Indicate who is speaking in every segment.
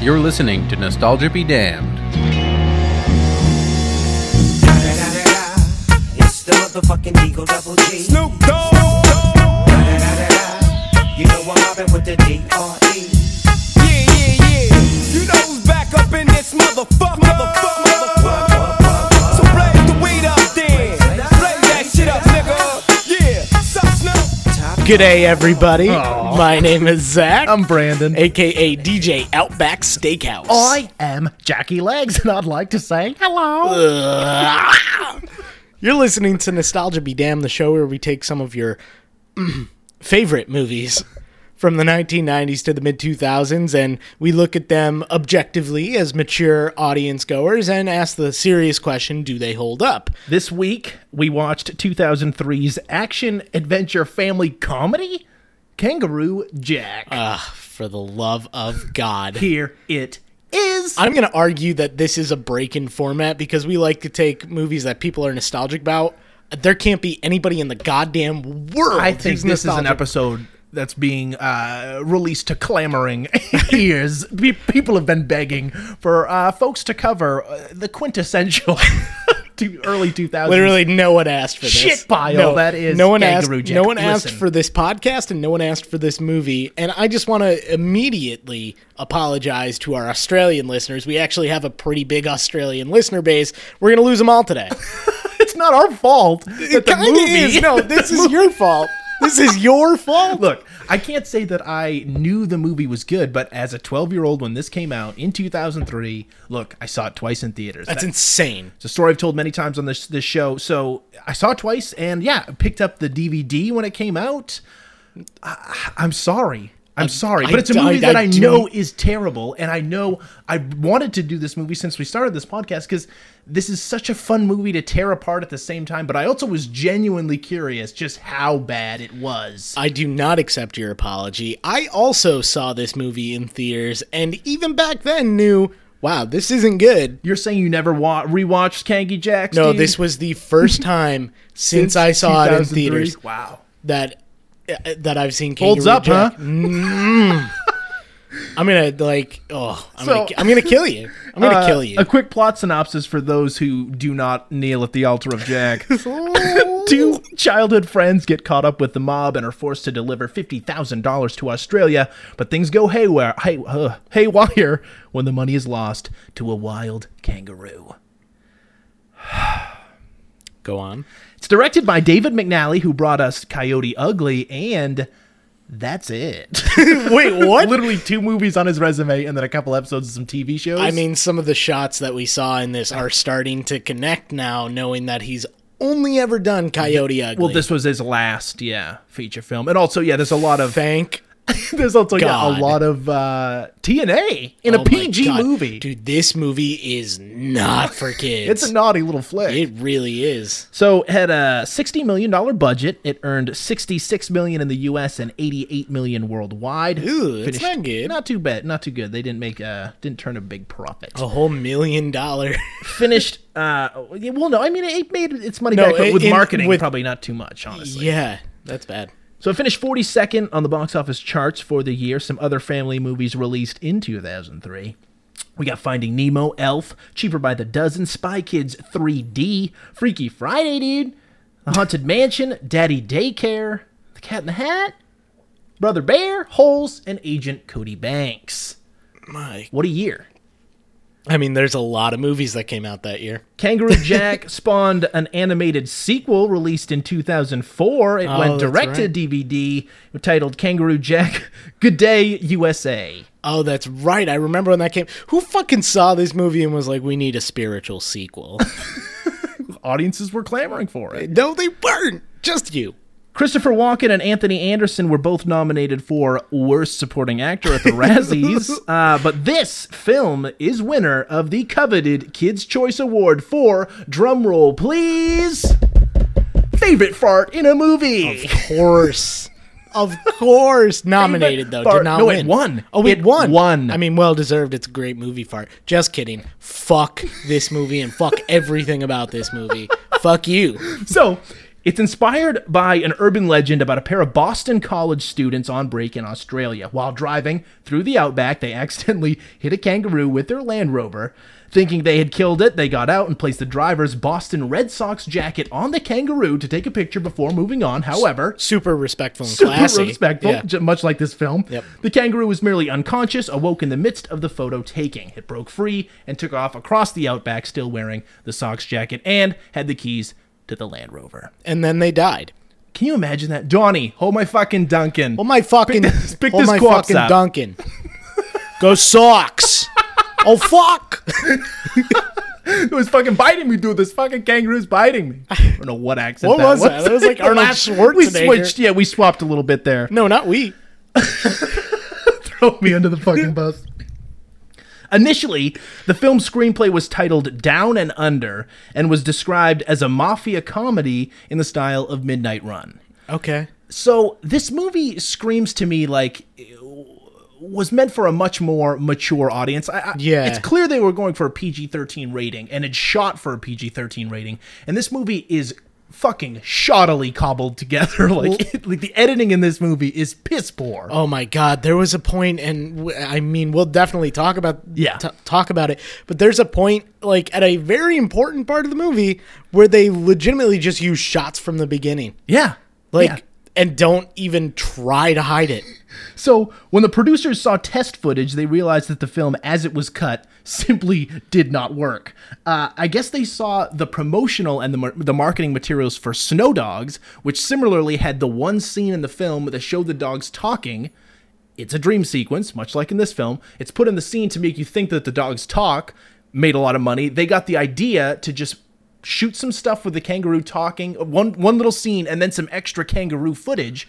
Speaker 1: You're listening to Nostalgia Be Damned.
Speaker 2: It's the motherfucking Eagle Double G. Snoop Dogg. You know I'm mobbing with the E. D.R.E.
Speaker 3: Yeah, yeah, yeah. You know who's back up in this motherfucker, motherfucker, motherfucker. So blaze the weed up then. Blaze that shit up, nigga. Yeah. Sup, Snoop?
Speaker 4: G'day, everybody. My name is Zach.
Speaker 5: I'm Brandon.
Speaker 4: aka DJ Outback Steakhouse.
Speaker 5: I am Jackie Legs, and I'd like to say hello.
Speaker 4: You're listening to Nostalgia Be Damned, the show where we take some of your mm, favorite movies from the 1990s to the mid 2000s and we look at them objectively as mature audience goers and ask the serious question do they hold up?
Speaker 5: This week, we watched 2003's action adventure family comedy, Kangaroo Jack.
Speaker 4: Ah, For the love of God.
Speaker 5: Here it is.
Speaker 4: I'm going to argue that this is a break in format because we like to take movies that people are nostalgic about. There can't be anybody in the goddamn world.
Speaker 5: I think
Speaker 4: who's
Speaker 5: this is an
Speaker 4: nostalgic.
Speaker 5: episode that's being uh, released to clamoring ears. Pe- people have been begging for uh, folks to cover uh, the quintessential to early 2000s.
Speaker 4: Literally, no one asked for this.
Speaker 5: Shit pile that is
Speaker 4: No one asked.
Speaker 5: Kangaroo Jack.
Speaker 4: No one asked
Speaker 5: Listen.
Speaker 4: for this podcast, and no one asked for this movie. And I just want to immediately apologize to our Australian listeners. We actually have a pretty big Australian listener base. We're gonna lose them all today.
Speaker 5: It's not our fault that the
Speaker 4: kinda
Speaker 5: movie
Speaker 4: is. No, this is your fault. This is your fault.
Speaker 5: Look, I can't say that I knew the movie was good, but as a 12 year old when this came out in 2003, look, I saw it twice in theaters.
Speaker 4: that's
Speaker 5: That-
Speaker 4: insane.
Speaker 5: It's a story I've told many times on this this show. So I saw it twice, and yeah, I picked up the DVD when it came out. I, am sorry. I'm sorry,
Speaker 4: I-
Speaker 5: but it's a
Speaker 4: I-
Speaker 5: movie
Speaker 4: I
Speaker 5: that I,
Speaker 4: do-
Speaker 5: know is terrible, and I know I wanted to do this movie since we started this podcast because this is such a fun movie to tear apart at the same time. But I also was genuinely curious just how bad it was.
Speaker 4: I do not accept your apology. I also saw this movie in theaters, and even back then knew, wow, this isn't good.
Speaker 5: You're saying you never wa- rewatched Kangi Jack?
Speaker 4: No,
Speaker 5: Steve?
Speaker 4: this was the first time since, I saw it in
Speaker 5: 2003?
Speaker 4: theaters
Speaker 5: Wow.
Speaker 4: that uh, that I've seen
Speaker 5: Holds
Speaker 4: Kangaroo
Speaker 5: up, huh?
Speaker 4: Jack. Mm. I'm gonna like, oh, I'm,
Speaker 5: So-
Speaker 4: gonna, ki- I'm gonna kill you. I'm gonna
Speaker 5: Uh,
Speaker 4: kill you.
Speaker 5: A quick plot synopsis for those who do not kneel at the altar of Jack. Two childhood friends get caught up with the mob and are forced to deliver $50,000 to Australia, but things go haywire, hay, uh, haywire when the money is lost to a wild kangaroo.
Speaker 4: Go on.
Speaker 5: It's directed by David McNally, who brought us Coyote Ugly, and that's it.
Speaker 4: Wait, what?
Speaker 5: Literally two movies on his resume and then a couple episodes of some TV shows.
Speaker 4: I mean, some of the shots that we saw in this are starting to connect now, knowing that he's only ever done Coyote Ugly.
Speaker 5: well, this was his last, yeah, feature film. And also, yeah, there's a lot of
Speaker 4: thank
Speaker 5: There's also yeah, a
Speaker 4: God.
Speaker 5: lot of uh, TNA in
Speaker 4: Oh
Speaker 5: a
Speaker 4: my
Speaker 5: PG
Speaker 4: God.
Speaker 5: movie.
Speaker 4: Dude, this movie is not for kids.
Speaker 5: It's a naughty little flick.
Speaker 4: it really is.
Speaker 5: so it had a sixty million dollar budget. It earned sixty six million in the U.S. and eighty eight million worldwide.
Speaker 4: Ooh, that's not good.
Speaker 5: Not too bad. Not too good. They didn't make uh didn't turn a big profit.
Speaker 4: A whole million dollar.
Speaker 5: Oh. Finished. Uh, yeah, well, no, I mean it made its money
Speaker 4: No,
Speaker 5: back, but
Speaker 4: it-
Speaker 5: with
Speaker 4: in-
Speaker 5: marketing
Speaker 4: with-
Speaker 5: probably not too much, honestly.
Speaker 4: yeah, that's bad.
Speaker 5: So it finished 42nd on the box office charts for the year. Some other family movies released in 2003. We got Finding Nemo, Elf, Cheaper by the Dozen, Spy Kids 3D, Freaky Friday, dude, The Haunted Mansion, Daddy Daycare, The Cat in the Hat, Brother Bear, Holes, and Agent Cody Banks.
Speaker 4: My.
Speaker 5: What a year.
Speaker 4: I mean, there's a lot of movies that came out that year.
Speaker 5: Kangaroo Jack spawned an animated sequel released in 2004. It went
Speaker 4: that's
Speaker 5: direct to
Speaker 4: right.
Speaker 5: DVD titled Kangaroo Jack Good Day USA.
Speaker 4: Oh, that's right. I remember when that came. Who fucking saw this movie and was like, "We need a spiritual sequel"?
Speaker 5: Audiences were clamoring for it.
Speaker 4: no, they weren't. Just you.
Speaker 5: Christopher Walken and Anthony Anderson were both nominated for Worst Supporting Actor at the Razzies, uh, but this film is winner of the coveted Kids' Choice Award for drumroll, please. Favorite fart in a movie.
Speaker 4: Of course. Of course, nominated though
Speaker 5: fart.
Speaker 4: did not
Speaker 5: No, it
Speaker 4: win.
Speaker 5: won.
Speaker 4: Oh, it,
Speaker 5: It
Speaker 4: won.
Speaker 5: won.
Speaker 4: I mean, well deserved. It's a great movie fart. Just kidding. Fuck this movie and fuck everything about this movie. fuck you.
Speaker 5: So, It's inspired by an urban legend about a pair of Boston college students on break in Australia. While driving through the outback, they accidentally hit a kangaroo with their Land Rover. Thinking they had killed it, they got out and placed the driver's Boston Red Sox jacket on the kangaroo to take a picture before moving on. However,
Speaker 4: Super respectful and
Speaker 5: super
Speaker 4: classy.
Speaker 5: respectful,
Speaker 4: Yeah.
Speaker 5: ju- much like this film.
Speaker 4: Yep.
Speaker 5: The kangaroo was merely unconscious, awoke in the midst of the photo taking. It broke free and took off across the outback, still wearing the socks jacket and had the keys to the Land Rover.
Speaker 4: And then they died.
Speaker 5: Can you imagine that? Donnie, hold my fucking Duncan.
Speaker 4: Oh my fucking,
Speaker 5: this- pick
Speaker 4: oh
Speaker 5: this
Speaker 4: my
Speaker 5: corpse
Speaker 4: fucking
Speaker 5: up.
Speaker 4: Duncan. Go socks. oh fuck.
Speaker 5: It was fucking biting me, dude. This fucking kangaroo's biting me. I don't know what accent
Speaker 4: What
Speaker 5: that
Speaker 4: was that? That was like
Speaker 5: The
Speaker 4: Arnold
Speaker 5: last- We
Speaker 4: Schwarzenegger.
Speaker 5: switched. Yeah, we swapped a little bit there.
Speaker 4: No, not we.
Speaker 5: throw me under the fucking bus. Initially, the film's screenplay was titled Down and Under and was described as a mafia comedy in the style of Midnight Run.
Speaker 4: Okay.
Speaker 5: So, this movie screams to me like it was meant for a much more mature audience. I, I,
Speaker 4: Yeah.
Speaker 5: It's clear they were going for a PG 13 rating and it's shot for a PG 13 rating. And this movie is fucking shoddily cobbled together. like, like, the editing in this movie is piss poor.
Speaker 4: Oh my God, there was a point, and w- I mean, we'll definitely talk about
Speaker 5: Yeah.
Speaker 4: t- talk about it. But there's a point, like at a very important part of the movie, where they legitimately just use shots from the beginning,
Speaker 5: yeah.
Speaker 4: like,
Speaker 5: Yeah.
Speaker 4: and don't even try to hide it.
Speaker 5: So, when the producers saw test footage, they realized that the film, as it was cut, simply did not work. Uh, I guess they saw the promotional and the, mar- the marketing materials for Snow Dogs, which similarly had the one scene in the film that showed the dogs talking. It's a dream sequence, much like in this film. It's put in the scene to make you think that the dogs talk, made a lot of money. They got the idea to just shoot some stuff with the kangaroo talking, one one little scene and then some extra kangaroo footage.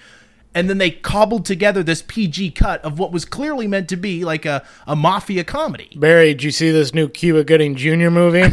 Speaker 5: And then they cobbled together this PG cut of what was clearly meant to be like a, a mafia comedy.
Speaker 4: Barry, did you see this new Cuba Gooding Jr. movie?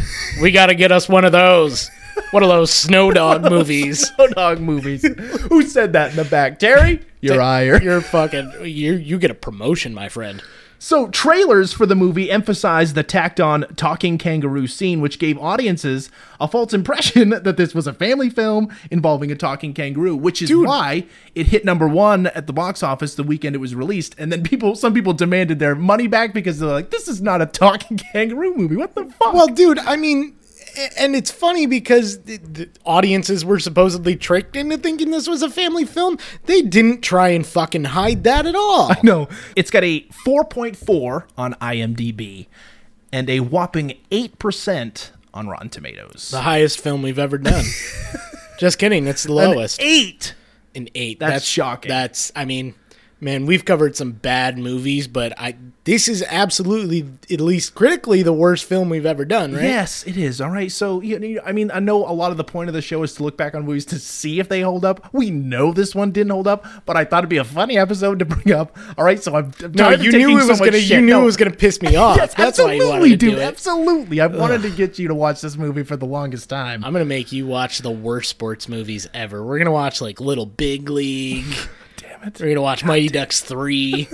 Speaker 4: we got to get us one of those. One of those snow dog movies.
Speaker 5: Snow dog movies. Who said that in the back? Terry? Your ire.
Speaker 4: You're fucking. You you get a promotion, my friend.
Speaker 5: So, trailers for the movie emphasized the tacked on talking kangaroo scene, which gave audiences a false impression that this was a family film involving a talking kangaroo, which is why it hit number one at the box office the weekend it was released. And then people, some people demanded their money back because they're like, this is not a talking kangaroo movie. What the fuck?
Speaker 4: Well, dude, I mean, a- and it's funny because the, the audiences were supposedly tricked into thinking this was a family film. They didn't try and fucking hide that at all.
Speaker 5: no. It's got a 4.4 on IMDb and a whopping 8% on Rotten Tomatoes.
Speaker 4: The highest film we've ever done. Just kidding. It's the lowest. An eight.
Speaker 5: Eight. That's shocking.
Speaker 4: That's. I mean, man, we've covered some bad movies, but I this is absolutely at least critically the worst film we've ever done. Right.
Speaker 5: Yes, it is. All right. So, you know, I mean, I know a lot of the point of the show is to look back on movies to see if they hold up. We know this one didn't hold up, but I thought it'd be a funny episode to bring up. All right. So I'm, I'm
Speaker 4: No,
Speaker 5: tired of
Speaker 4: you
Speaker 5: taking
Speaker 4: knew it
Speaker 5: so
Speaker 4: was
Speaker 5: much
Speaker 4: gonna. You
Speaker 5: shit.
Speaker 4: knew
Speaker 5: No.
Speaker 4: it was gonna piss me off.
Speaker 5: Yes,
Speaker 4: That's why
Speaker 5: absolutely,
Speaker 4: you wanted to
Speaker 5: dude.
Speaker 4: do it.
Speaker 5: Absolutely. I wanted to get you to watch this movie for the longest time.
Speaker 4: I'm gonna make you watch the worst sports movies ever. We're gonna watch like Little Big League.
Speaker 5: Damn it.
Speaker 4: We're gonna watch Mighty Ducks three.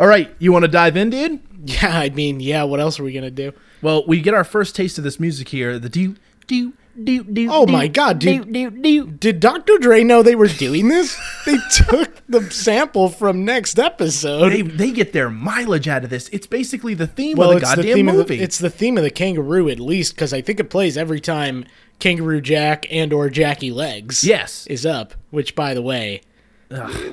Speaker 5: All right. You want to dive in, dude?
Speaker 4: yeah, I mean, yeah. What else are we gonna do?
Speaker 5: Well, we get our first taste of this music here. The do do do do.
Speaker 4: Oh
Speaker 5: do,
Speaker 4: my God, dude.
Speaker 5: Do do do.
Speaker 4: Did Dr. Dre know they were doing this? they took the sample from next episode.
Speaker 5: They they get their mileage out of this. It's basically the theme
Speaker 4: well,
Speaker 5: of the
Speaker 4: it's the
Speaker 5: goddamn
Speaker 4: theme of
Speaker 5: movie.
Speaker 4: the, it's the theme of the kangaroo at least because I think it plays every time Kangaroo Jack and or Jackie Legs.
Speaker 5: Yes.
Speaker 4: is up. Which, by the way,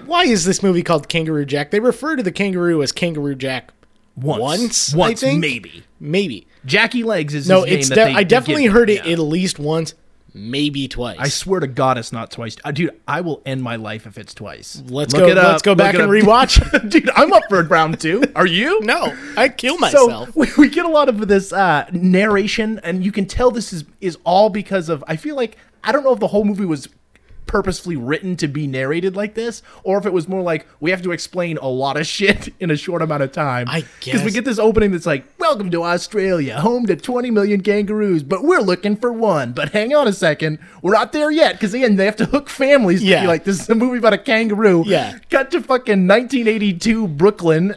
Speaker 4: why is this movie called Kangaroo Jack? They refer to the kangaroo as Kangaroo Jack
Speaker 5: once,
Speaker 4: once, I
Speaker 5: once
Speaker 4: think.
Speaker 5: maybe.
Speaker 4: Maybe.
Speaker 5: Jackie Legs is
Speaker 4: No,
Speaker 5: his name
Speaker 4: it's
Speaker 5: that
Speaker 4: de-
Speaker 5: they-
Speaker 4: I
Speaker 5: they
Speaker 4: definitely
Speaker 5: give
Speaker 4: heard
Speaker 5: him.
Speaker 4: it
Speaker 5: Yeah.
Speaker 4: at least once, maybe twice.
Speaker 5: I swear to God, it's not twice, Uh, dude. I will end my life if it's twice.
Speaker 4: let's
Speaker 5: Look
Speaker 4: go.
Speaker 5: it up,
Speaker 4: let's go
Speaker 5: look
Speaker 4: back
Speaker 5: it
Speaker 4: and
Speaker 5: up.
Speaker 4: rewatch. it.
Speaker 5: dude. I'm up for round two. Are you?
Speaker 4: no, I kill
Speaker 5: So
Speaker 4: myself.
Speaker 5: we, we get a lot of this uh, narration, and you can tell this is is all because of. I feel like I don't know if the whole movie was purposefully written to be narrated like this, or if it was more like we have to explain a lot of shit in a short amount of time.
Speaker 4: I
Speaker 5: because we
Speaker 4: guess.
Speaker 5: get this opening that's like, "Welcome to Australia, home to 20 million kangaroos, but we're looking for one." But hang on a second, we're not there yet because again, they have to hook families. Yeah,
Speaker 4: Yeah.
Speaker 5: like this is a movie about a kangaroo.
Speaker 4: Yeah.
Speaker 5: cut to fucking 1982 Brooklyn.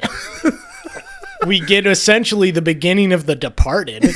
Speaker 4: we get essentially the beginning of The Departed.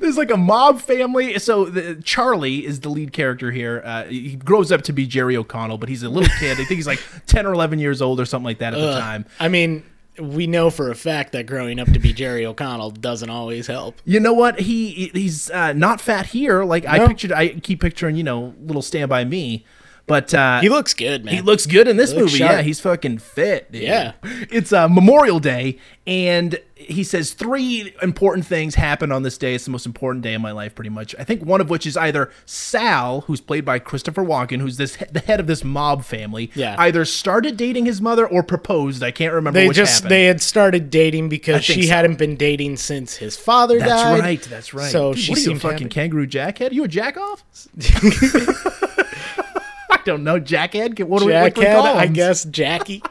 Speaker 5: There's like a mob family. So the, Charlie is the lead character here. Uh, he grows up to be Jerry O'Connell, but he's a little kid. I think he's like 10 or 11 years old or something like that at the time.
Speaker 4: Uh, I mean, we know for a fact that growing up to be Jerry O'Connell doesn't always help.
Speaker 5: You know what? He he's uh, not fat here. Like I pictured, I keep picturing, you know, little Stand By Me, but uh,
Speaker 4: He looks good, man.
Speaker 5: He looks good in this
Speaker 4: He looks
Speaker 5: movie.
Speaker 4: sharp.
Speaker 5: Yeah, he's fucking fit. dude.
Speaker 4: Yeah.
Speaker 5: It's uh, Memorial Day, and he says three important things happen on this day. It's the most important day in my life, pretty much. I think one of which is either Sal, who's played by Christopher Walken, who's this the head of this mob family,
Speaker 4: Yeah.
Speaker 5: either started dating his mother or proposed. I can't remember.
Speaker 4: They
Speaker 5: which
Speaker 4: just
Speaker 5: happened.
Speaker 4: they had started dating because
Speaker 5: think
Speaker 4: she
Speaker 5: so.
Speaker 4: hadn't been dating since his father
Speaker 5: That's
Speaker 4: died.
Speaker 5: right. That's right.
Speaker 4: So
Speaker 5: Dude,
Speaker 4: she
Speaker 5: what are you, a
Speaker 4: seemed
Speaker 5: fucking
Speaker 4: happy.
Speaker 5: kangaroo jackhead? You a jack off? I don't know. Jackhead. Get- What do we, what do we
Speaker 4: Jackhead,
Speaker 5: call
Speaker 4: I
Speaker 5: him?
Speaker 4: guess Jackie.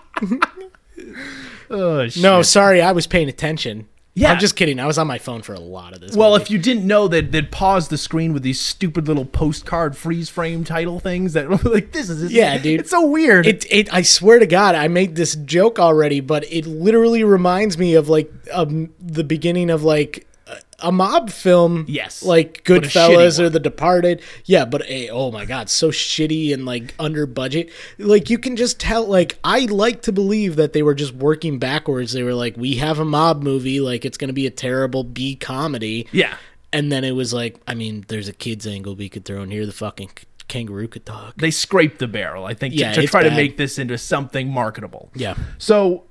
Speaker 5: Oh, shit.
Speaker 4: No, sorry, I was paying attention.
Speaker 5: Yeah.
Speaker 4: I'm just kidding. I was on my phone for a lot of this.
Speaker 5: Well,
Speaker 4: movie.
Speaker 5: if you didn't know, they'd, they'd pause the screen with these stupid little postcard freeze frame title things that like this is this is-
Speaker 4: Yeah, dude.
Speaker 5: It's so weird.
Speaker 4: It, it, I swear to God, I made this joke already, but it literally reminds me of like um, the beginning of like a- a mob film.
Speaker 5: Yes.
Speaker 4: like
Speaker 5: But a shitty
Speaker 4: Goodfellas or
Speaker 5: one.
Speaker 4: The Departed. Yeah, but eh, oh my God, so shitty and like under budget. Like you can just tell. Like I like to believe that they were just working backwards. They were like, we have a mob movie. Like it's going to be a terrible B comedy.
Speaker 5: yeah.
Speaker 4: And then it was like, I mean, there's a kids angle we could throw in here. The fucking k- kangaroo could talk.
Speaker 5: They scraped the barrel, I think, to-
Speaker 4: Yeah,
Speaker 5: to,
Speaker 4: it's
Speaker 5: try to
Speaker 4: bad.
Speaker 5: make this into something marketable.
Speaker 4: Yeah.
Speaker 5: So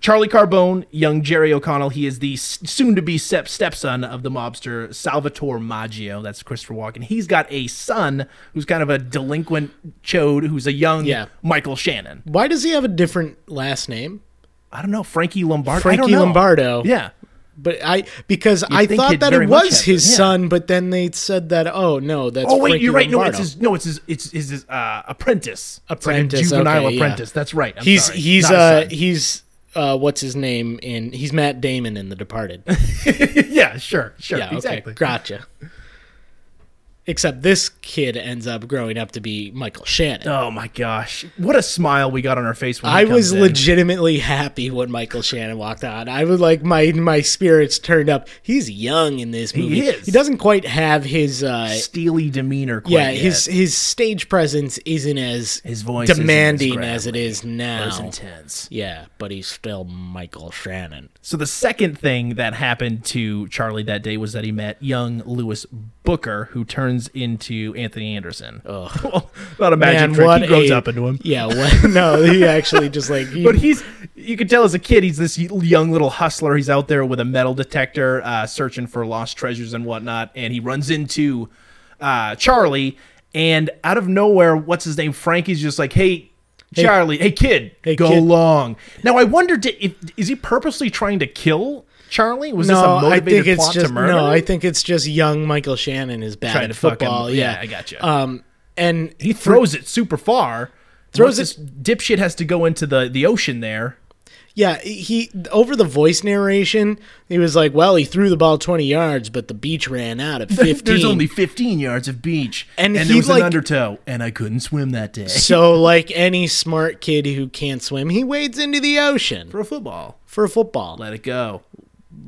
Speaker 5: Charlie Carbone, young Jerry O'Connell, he is the s- soon-to-be step stepson of the mobster Salvatore Maggio. That's Christopher Walken. He's got a son who's kind of a delinquent chode, who's a young
Speaker 4: Yeah.
Speaker 5: Michael Shannon.
Speaker 4: Why does he have a different last name?
Speaker 5: I don't know Frankie Lombardo. I
Speaker 4: Frankie
Speaker 5: don't know.
Speaker 4: Lombardo.
Speaker 5: Yeah.
Speaker 4: But I because I
Speaker 5: think
Speaker 4: thought
Speaker 5: he'd
Speaker 4: that
Speaker 5: very
Speaker 4: it
Speaker 5: much
Speaker 4: was
Speaker 5: have been,
Speaker 4: his
Speaker 5: yeah.
Speaker 4: son, but then they said that oh no, that's
Speaker 5: Oh wait,
Speaker 4: Frankie
Speaker 5: you're right. No,
Speaker 4: Lombardo.
Speaker 5: it's his. No, it's his. It's his, his uh, apprentice. It's like a
Speaker 4: Apprentice,
Speaker 5: juvenile
Speaker 4: okay, yeah.
Speaker 5: apprentice. That's right. I'm
Speaker 4: he's
Speaker 5: sorry.
Speaker 4: he's
Speaker 5: Not a
Speaker 4: uh
Speaker 5: son.
Speaker 4: he's uh what's his name in he's Matt Damon in The Departed.
Speaker 5: yeah, sure, sure,
Speaker 4: Yeah,
Speaker 5: exactly.
Speaker 4: okay, gotcha. Except this kid ends up growing up to be Michael Shannon.
Speaker 5: Oh my gosh, what a smile we got on our face when he
Speaker 4: I
Speaker 5: comes
Speaker 4: was
Speaker 5: in.
Speaker 4: legitimately happy when Michael Shannon walked on. I was like my my spirits turned up. He's young in this movie.
Speaker 5: is.
Speaker 4: He doesn't quite have his uh
Speaker 5: steely demeanor. Quite
Speaker 4: yeah,
Speaker 5: yet.
Speaker 4: his his stage presence isn't as
Speaker 5: His voice isn't as
Speaker 4: demanding
Speaker 5: gravelly
Speaker 4: as it is
Speaker 5: That
Speaker 4: now.
Speaker 5: was intense.
Speaker 4: Yeah, but he's still Michael Shannon.
Speaker 5: So the second thing that happened to Charlie that day was that he met young Lewis Booker, who turns into Anthony Anderson. Oh, not a magic
Speaker 4: Man,
Speaker 5: trick.
Speaker 4: what
Speaker 5: he grows
Speaker 4: a-
Speaker 5: up into him.
Speaker 4: Yeah, what, no, he actually just like he-
Speaker 5: But he's, you can tell as a kid, he's this young little hustler. He's out there with a metal detector, uh, searching for lost treasures and whatnot. And he runs into uh, Charlie. And out of nowhere, what's his name? Frankie's just like, hey, Charlie, hey, kid,
Speaker 4: Hey,
Speaker 5: go
Speaker 4: kid."
Speaker 5: long. Now, I wonder, di- if, is he purposely trying to kill Charlie? Was this
Speaker 4: no,
Speaker 5: a
Speaker 4: I
Speaker 5: motivated
Speaker 4: think it's
Speaker 5: plot
Speaker 4: just
Speaker 5: to murder?
Speaker 4: no. I
Speaker 5: him?
Speaker 4: think it's just young Michael Shannon is bad
Speaker 5: Trying
Speaker 4: at
Speaker 5: to fuck him.
Speaker 4: football.
Speaker 5: Yeah,
Speaker 4: yeah,
Speaker 5: I gotcha.
Speaker 4: Um, and
Speaker 5: he throws it super far.
Speaker 4: Throws
Speaker 5: Throws this
Speaker 4: it-
Speaker 5: dipshit has to go into the, the ocean there.
Speaker 4: Yeah, he over the voice narration, he was like, "Well, he threw the ball twenty yards, but the beach ran out at 15.
Speaker 5: There's only 15 yards of beach,
Speaker 4: And
Speaker 5: and,
Speaker 4: he,
Speaker 5: there was
Speaker 4: like-
Speaker 5: an undertow, and I couldn't swim that day
Speaker 4: so, like any smart kid who can't swim, he wades into the ocean
Speaker 5: for a football.
Speaker 4: for football. Let,
Speaker 5: Let it go.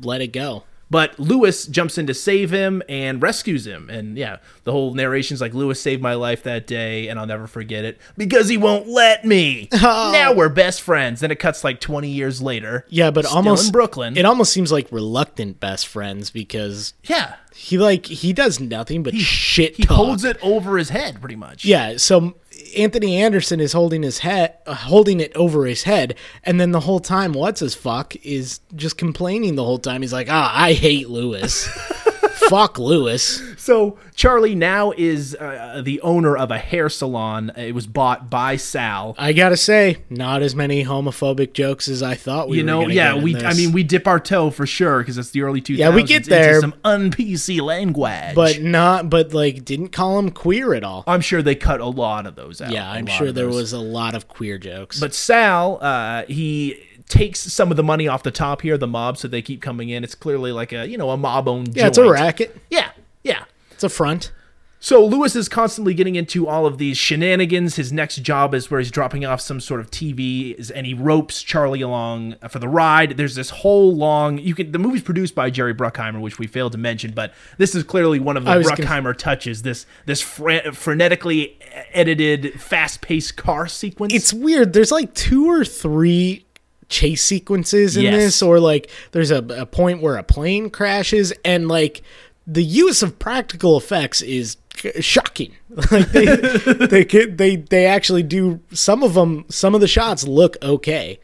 Speaker 4: it go.
Speaker 5: But Lewis jumps in to save him and rescues him, and yeah, the whole narration's like Lewis saved my life that day, and I'll never forget it because he won't let me. Now we're best friends. Then it cuts like 20 years later.
Speaker 4: Oh. Yeah, but
Speaker 5: Still
Speaker 4: almost
Speaker 5: in Brooklyn.
Speaker 4: It almost seems like reluctant best friends because
Speaker 5: yeah,
Speaker 4: he like he does nothing but shit.
Speaker 5: he
Speaker 4: talk.
Speaker 5: holds it over his head pretty much.
Speaker 4: Yeah, so Anthony Anderson is holding his head, uh, holding it over his head, and then the whole time, what's his fuck is just complaining the whole time. He's like, "Ah, I hate Lewis. fuck Lewis."
Speaker 5: So Charlie now is uh, the owner of a hair salon. It was bought by Sal.
Speaker 4: I gotta say, not as many homophobic jokes as I thought we.
Speaker 5: you
Speaker 4: were
Speaker 5: know
Speaker 4: gonna
Speaker 5: yeah
Speaker 4: get in
Speaker 5: we i
Speaker 4: this.
Speaker 5: mean we dip our toe for sure because it's the early 2000s
Speaker 4: Yeah, we get there.
Speaker 5: into some un-pc language
Speaker 4: but not, but like, didn't call him queer at all.
Speaker 5: i'm sure they cut a lot of those out
Speaker 4: yeah,
Speaker 5: a
Speaker 4: I'm
Speaker 5: lot
Speaker 4: sure
Speaker 5: of
Speaker 4: there
Speaker 5: those.
Speaker 4: was a lot of queer jokes.
Speaker 5: but sal uh, he takes some of the money off the top here the mob so they keep coming in it's clearly like a you know a mob owned
Speaker 4: yeah, it's a racket.
Speaker 5: yeah yeah
Speaker 4: It's a front.
Speaker 5: So Lewis is constantly getting into all of these shenanigans. His next job is where he's dropping off some sort of TVs, and he ropes Charlie along for the ride. There's this whole long. You can the movie's produced by Jerry Bruckheimer, which we failed to mention, but this is clearly one of the
Speaker 4: I was gonna-
Speaker 5: Bruckheimer touches. This this fre- frenetically e-, edited, fast-paced car sequence.
Speaker 4: it's weird. There's like two or three chase sequences in
Speaker 5: Yes.
Speaker 4: this, or like there's a, a point where a plane crashes, and like the use of practical effects is c- shocking. Like they they, could, they they actually do some of them. Some of the shots look okay.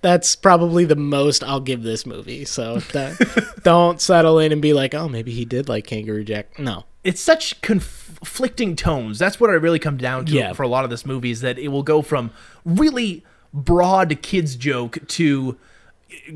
Speaker 4: That's probably the most I'll give this movie. So that, don't settle in and be like, oh, maybe he did like Kangaroo Jack. No,
Speaker 5: it's such conflicting tones. That's what I really come down to
Speaker 4: Yeah.
Speaker 5: for a lot of this movie is that it will go from really broad kids joke to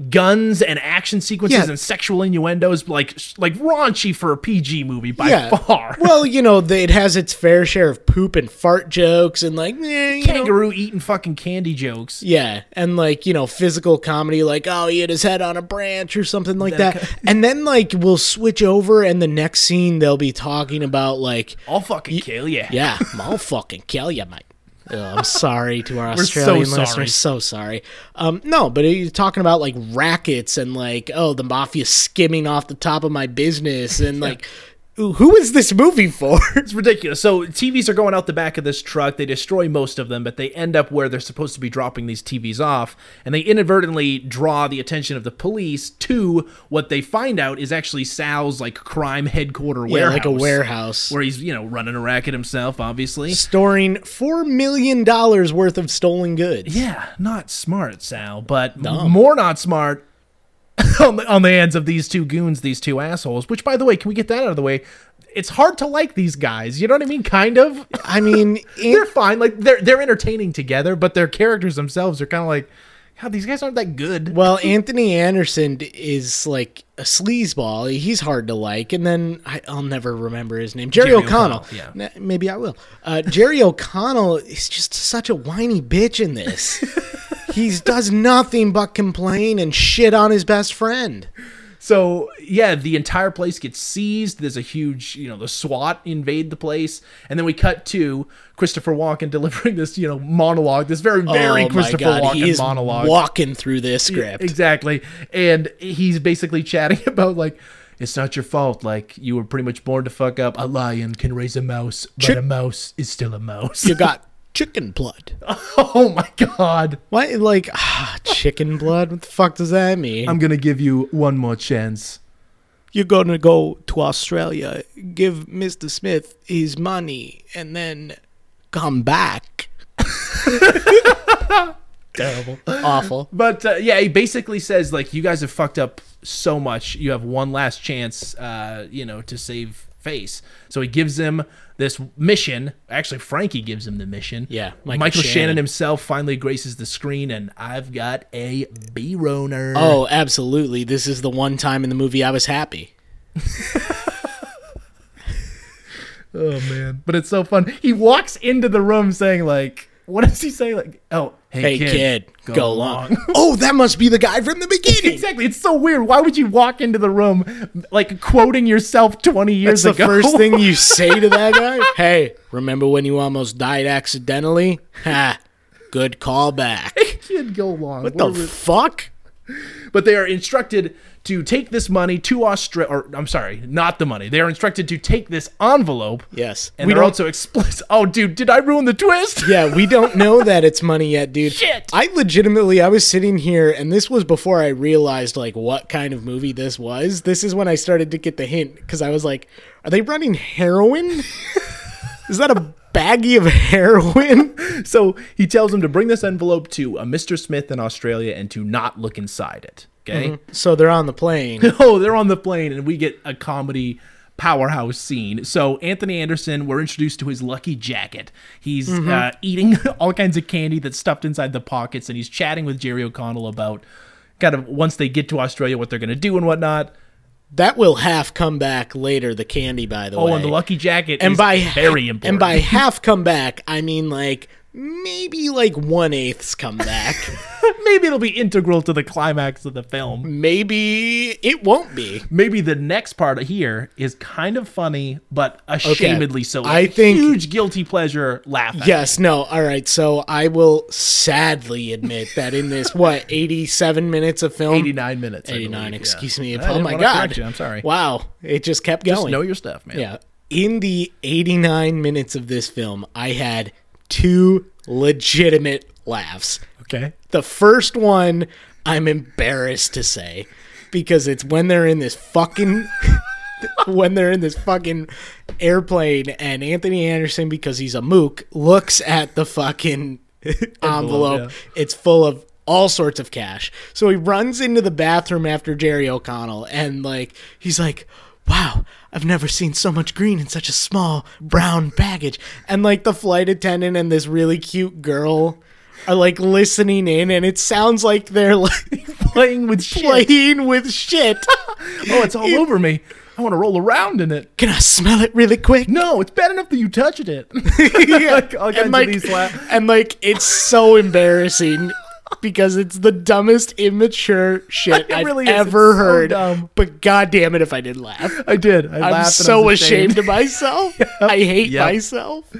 Speaker 5: guns and action sequences
Speaker 4: Yeah.
Speaker 5: and sexual innuendos like like raunchy for a PG movie by far.
Speaker 4: well, you know, the, it has its fair share of poop and fart jokes and like, eh, you know,
Speaker 5: kangaroo eating fucking candy jokes.
Speaker 4: Yeah, and like you know, physical comedy, like oh, he hit his head on a branch or something like
Speaker 5: That
Speaker 4: that.
Speaker 5: kind-
Speaker 4: and then like we'll switch over, and the next scene they'll be talking about like,
Speaker 5: I'll fucking kill you.
Speaker 4: yeah, I'll fucking kill you, mate. Ugh, I'm sorry to our
Speaker 5: We're so
Speaker 4: Australian
Speaker 5: sorry.
Speaker 4: listeners. So sorry. Um, no, but you're talking about like rackets and like oh, the mafia skimming off the top of my business and like. who- Who is this movie for?
Speaker 5: It's ridiculous. So TVs are going out the back of this truck. They destroy most of them, but they end up where they're supposed to be dropping these TVs off, and they inadvertently draw the attention of the police to what they find out is actually Sal's like crime headquarter
Speaker 4: yeah,
Speaker 5: warehouse,
Speaker 4: like a warehouse.
Speaker 5: where he's you know running a racket himself, obviously.
Speaker 4: storing $4 million worth of stolen goods.
Speaker 5: Yeah, not smart, Sal, but more not smart on the, on the hands of these two goons, these two assholes. Which, by the way, can we get that out of the way? It's hard to like these guys. You know what I mean? Kind of.
Speaker 4: I mean, in-
Speaker 5: they're fine. Like they're they're entertaining together, but their characters themselves are kind of like, God, these guys aren't that good.
Speaker 4: well, Anthony Anderson d- is like a sleazeball. He's hard to like. And then I, I'll never remember his name. Jerry,
Speaker 5: Jerry
Speaker 4: O'Connell.
Speaker 5: O'Connell,
Speaker 4: N- Maybe I will. Uh, Jerry O'Connell is just such a whiny bitch in this. he does nothing but complain and shit on his best friend.
Speaker 5: So yeah, the entire place gets seized. There's a huge, you know, the SWAT invade the place, and then we cut to Christopher Walken delivering this, you know, monologue, this very very
Speaker 4: Oh my
Speaker 5: Christopher
Speaker 4: God,
Speaker 5: Walken
Speaker 4: he is
Speaker 5: monologue.
Speaker 4: walking through this script.
Speaker 5: Exactly. And he's basically chatting about like it's not your fault. Like you were pretty much born to fuck up. A lion can raise a mouse, but
Speaker 4: Chick-
Speaker 5: a mouse is still a mouse.
Speaker 4: You got chicken blood.
Speaker 5: oh my god.
Speaker 4: Why, like, ah, chicken blood? What the fuck does that mean?
Speaker 5: I'm gonna give you one more chance.
Speaker 4: Um, You're going to go to Australia, give Mr. Smith his money, and then come back. Terrible. Awful.
Speaker 5: But uh, yeah, he basically says like, you guys have fucked up so much. You have one last chance, uh, you know, to save face. So he gives him this mission. Actually, Frankie gives him the mission.
Speaker 4: Yeah,
Speaker 5: Michael,
Speaker 4: Michael
Speaker 5: Shannon.
Speaker 4: Shannon
Speaker 5: himself finally graces the screen, and I've got a B roner.
Speaker 4: Oh, absolutely. This is the one time in the movie I was happy.
Speaker 5: oh man! But it's so fun. He walks into the room saying like, what does he say? Like, oh, hey,
Speaker 4: Hey, kid, go, long.
Speaker 5: along.
Speaker 4: oh, that must be the guy from the beginning.
Speaker 5: Exactly. It's so weird. Why would you walk into the room like quoting yourself 20 years
Speaker 4: That's the
Speaker 5: ago?
Speaker 4: first thing you say to that guy. hey, remember when you almost died accidentally? Ha, good callback.
Speaker 5: Kid, go long.
Speaker 4: What the fuck?
Speaker 5: but they are instructed to take this money to Australia. Or I'm sorry, not the money. They are instructed to take this envelope.
Speaker 4: Yes.
Speaker 5: And
Speaker 4: We
Speaker 5: they're
Speaker 4: don't-
Speaker 5: also explicit. Oh, dude, did I ruin the twist?
Speaker 4: Yeah, we don't know that it's money yet, dude.
Speaker 5: Shit.
Speaker 4: I legitimately, I was sitting here, and this was before I realized like what kind of movie this was. This is when I started to get the hint because I was like, "Are they running heroin? is that a baggie of heroin?"
Speaker 5: So he tells them to bring this envelope to a Mr. Smith in Australia and to not look inside it. Okay.
Speaker 4: so they're on the plane.
Speaker 5: oh, they're on the plane, and we get a comedy powerhouse scene. So Anthony Anderson, we're introduced to his lucky jacket. He's
Speaker 4: Mm-hmm.
Speaker 5: uh, eating all kinds of candy that's stuffed inside the pockets, and he's chatting with Jerry O'Connell about kind of once they get to Australia, what they're going to do and whatnot.
Speaker 4: That will half come back later. The candy, by the
Speaker 5: Oh,
Speaker 4: way.
Speaker 5: and the lucky jacket
Speaker 4: and
Speaker 5: is
Speaker 4: by
Speaker 5: very important.
Speaker 4: And by half come back, I mean like maybe like one eighths come back.
Speaker 5: Maybe it'll be integral to the climax of the film.
Speaker 4: Maybe it won't be.
Speaker 5: Maybe the next part here is kind of funny, but ashamedly so.
Speaker 4: I think-
Speaker 5: huge guilty pleasure laugh. at it.
Speaker 4: Yes, no. All right. So I will sadly admit that in this what 87 minutes of film
Speaker 5: 89 minutes. I
Speaker 4: 89,
Speaker 5: believe, yeah.
Speaker 4: excuse me.
Speaker 5: I
Speaker 4: oh
Speaker 5: didn't
Speaker 4: my
Speaker 5: wanna correct
Speaker 4: god.
Speaker 5: you, I'm sorry.
Speaker 4: Wow. It just kept going.
Speaker 5: Just know your stuff, man.
Speaker 4: yeah. In the 89 minutes of this film, I had two legitimate laughs.
Speaker 5: Okay.
Speaker 4: The first one I'm embarrassed to say because it's when they're in this fucking when they're in this fucking airplane and Anthony Anderson because he's a mook looks at the fucking envelope. It's full of all sorts of cash. So he runs into the bathroom after Jerry O'Connell and like he's like Wow, I've never seen so much green in such a small brown baggage. And like the flight attendant and this really cute girl are like listening in, and it sounds like they're like
Speaker 5: Playing with shit.
Speaker 4: playing with shit.
Speaker 5: Oh, it's all over me. I want to roll around in it.
Speaker 4: Can I smell it really quick?
Speaker 5: No, it's bad enough that you touched it.
Speaker 4: like,
Speaker 5: I'll get
Speaker 4: and,
Speaker 5: to
Speaker 4: like,
Speaker 5: these la-
Speaker 4: and like it's so embarrassing because it's the dumbest immature shit
Speaker 5: It
Speaker 4: I've
Speaker 5: really is.
Speaker 4: ever
Speaker 5: It's so
Speaker 4: heard.
Speaker 5: dumb.
Speaker 4: But goddamn it, if I didn't laugh,
Speaker 5: I did. I
Speaker 4: I'm
Speaker 5: laughed. and I
Speaker 4: so
Speaker 5: was
Speaker 4: ashamed. of myself. I hate
Speaker 5: Yep.
Speaker 4: myself.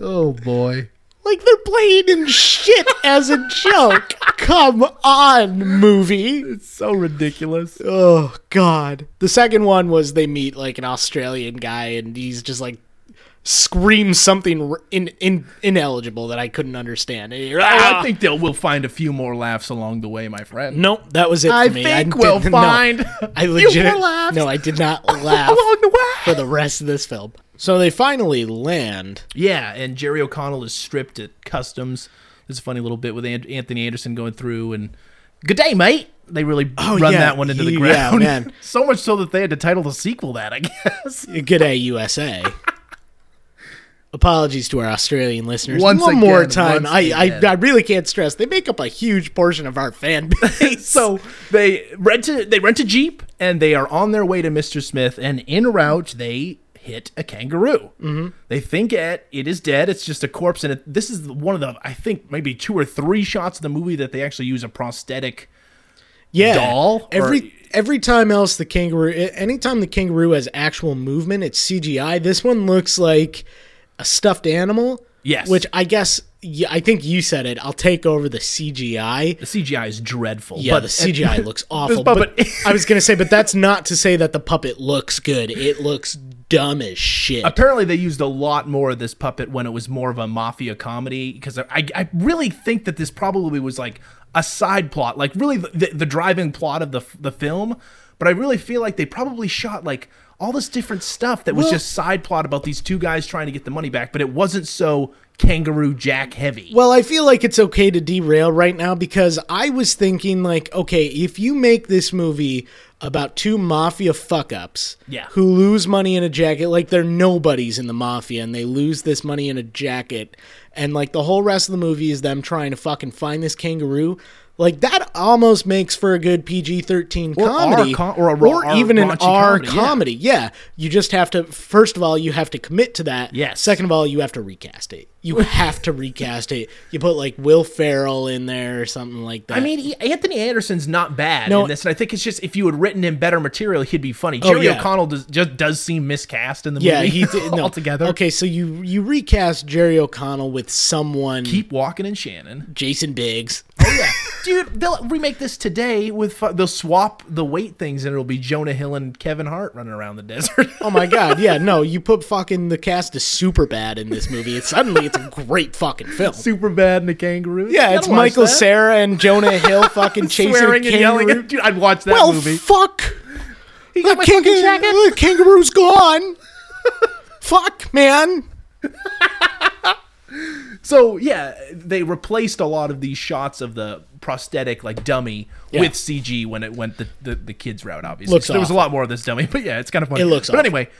Speaker 5: Oh boy.
Speaker 4: Like they're playing in shit as a joke. Come on, movie.
Speaker 5: So ridiculous.
Speaker 4: Oh God! The second one was they meet like an Australian guy, and he's just like screams something r- in, in ineligible that I couldn't understand. "Ah."
Speaker 5: I think they'll we'll find a few more laughs along the way, my friend.
Speaker 4: nope, that was it. For
Speaker 5: I
Speaker 4: me.
Speaker 5: think
Speaker 4: didn't-
Speaker 5: we'll
Speaker 4: no.
Speaker 5: find
Speaker 4: I
Speaker 5: a few
Speaker 4: legit
Speaker 5: more laughs.
Speaker 4: no, I did not laugh
Speaker 5: along the way.
Speaker 4: for the rest of this film. So they finally land.
Speaker 5: Yeah, and Jerry O'Connell is stripped at customs. There's a funny little bit with An- Anthony Anderson going through and good day, mate. They really run
Speaker 4: Oh, yeah,
Speaker 5: that one into the
Speaker 4: he- yeah,
Speaker 5: ground.
Speaker 4: man.
Speaker 5: so much so that they had to title the sequel that, I guess.
Speaker 4: Good day, USA. Apologies to our Australian listeners.
Speaker 5: Once
Speaker 4: One more
Speaker 5: again,
Speaker 4: time,
Speaker 5: once
Speaker 4: I, I
Speaker 5: again.
Speaker 4: I really can't stress they make up a huge portion of our fan base.
Speaker 5: so they rent a, they rent a jeep and they are on their way to Mr. Smith and en route they hit a kangaroo. Mm-hmm. They think it it is dead. It's just a corpse and it, this is one of the I think maybe two or three shots in the movie that they actually use a prosthetic.
Speaker 4: yeah.
Speaker 5: doll, or-
Speaker 4: Every every time else the kangaroo, a- anytime the kangaroo has actual movement, it's CGI. This one looks like a stuffed animal.
Speaker 5: Yes.
Speaker 4: Which I guess yeah, I think you said it. I'll take over the CGI.
Speaker 5: The CGI is dreadful.
Speaker 4: Yeah,
Speaker 5: but
Speaker 4: the CGI looks awful.
Speaker 5: This
Speaker 4: but
Speaker 5: puppet-
Speaker 4: I was gonna say, but that's not to say that the puppet looks good. It looks dumb as shit.
Speaker 5: apparently they used a lot more of this puppet when it was more of a mafia comedy because I, I really think that this probably was like a side plot like really the, the, the driving plot of the, f- the film but i really feel like they probably shot like all this different stuff that was
Speaker 4: Well-
Speaker 5: just side plot about these two guys trying to get the money back but it wasn't so kangaroo jack heavy
Speaker 4: Well, I feel like it's okay to derail right now because I was thinking like, okay, if you make this movie about two mafia fuck ups
Speaker 5: Yeah.
Speaker 4: who lose money in a jacket, like they're nobodies in the mafia and they lose this money in a jacket and like the whole rest of the movie is them trying to fucking find this kangaroo. Like that almost makes for a good PG thirteen
Speaker 5: Or R
Speaker 4: comedy,
Speaker 5: com- or a ra- R
Speaker 4: even an
Speaker 5: raunchy
Speaker 4: R
Speaker 5: comedy,
Speaker 4: comedy.
Speaker 5: yeah.
Speaker 4: Yeah. you just have to. First of all, you have to commit to that.
Speaker 5: Yes.
Speaker 4: Second of all, you have to recast it. You have to recast it. You put like Will Ferrell in there or something like that.
Speaker 5: I mean, he- Anthony Anderson's not bad
Speaker 4: No.
Speaker 5: in this, and I think it's just if you had written him better material, he'd be funny. Jerry
Speaker 4: yeah.
Speaker 5: O'Connell does, just does seem miscast in the
Speaker 4: yeah,
Speaker 5: movie
Speaker 4: he did no.
Speaker 5: altogether.
Speaker 4: Okay, so you you recast Jerry O'Connell with someone
Speaker 5: keep walking in Shannon.
Speaker 4: Jason Biggs. Oh,
Speaker 5: Dude, they'll remake this today with fu- they'll swap the weight things and it'll be Jonah Hill and Kevin Hart running around the desert.
Speaker 4: Oh my god, yeah, no, you put fucking the cast is super bad in this movie. It's suddenly it's a great fucking film.
Speaker 5: Super bad and a kangaroo.
Speaker 4: yeah, it's Michael Sarah and Jonah Hill fucking chasing a
Speaker 5: swearing and yelling.
Speaker 4: kangaroo.
Speaker 5: Dude, I'd watch that
Speaker 4: Well,
Speaker 5: movie.
Speaker 4: fuck.
Speaker 5: He
Speaker 4: The,
Speaker 5: got my
Speaker 4: kang-
Speaker 5: fucking jacket.
Speaker 4: the kangaroo's gone. Fuck, man.
Speaker 5: So yeah, they replaced a lot of these shots of the prosthetic like dummy
Speaker 4: Yeah.
Speaker 5: with CG when it went the, the, the kids route. Obviously,
Speaker 4: Looks
Speaker 5: so there was a
Speaker 4: awful.
Speaker 5: lot more of this dummy, but yeah, it's kind of funny.
Speaker 4: It looks
Speaker 5: But
Speaker 4: awful.
Speaker 5: anyway,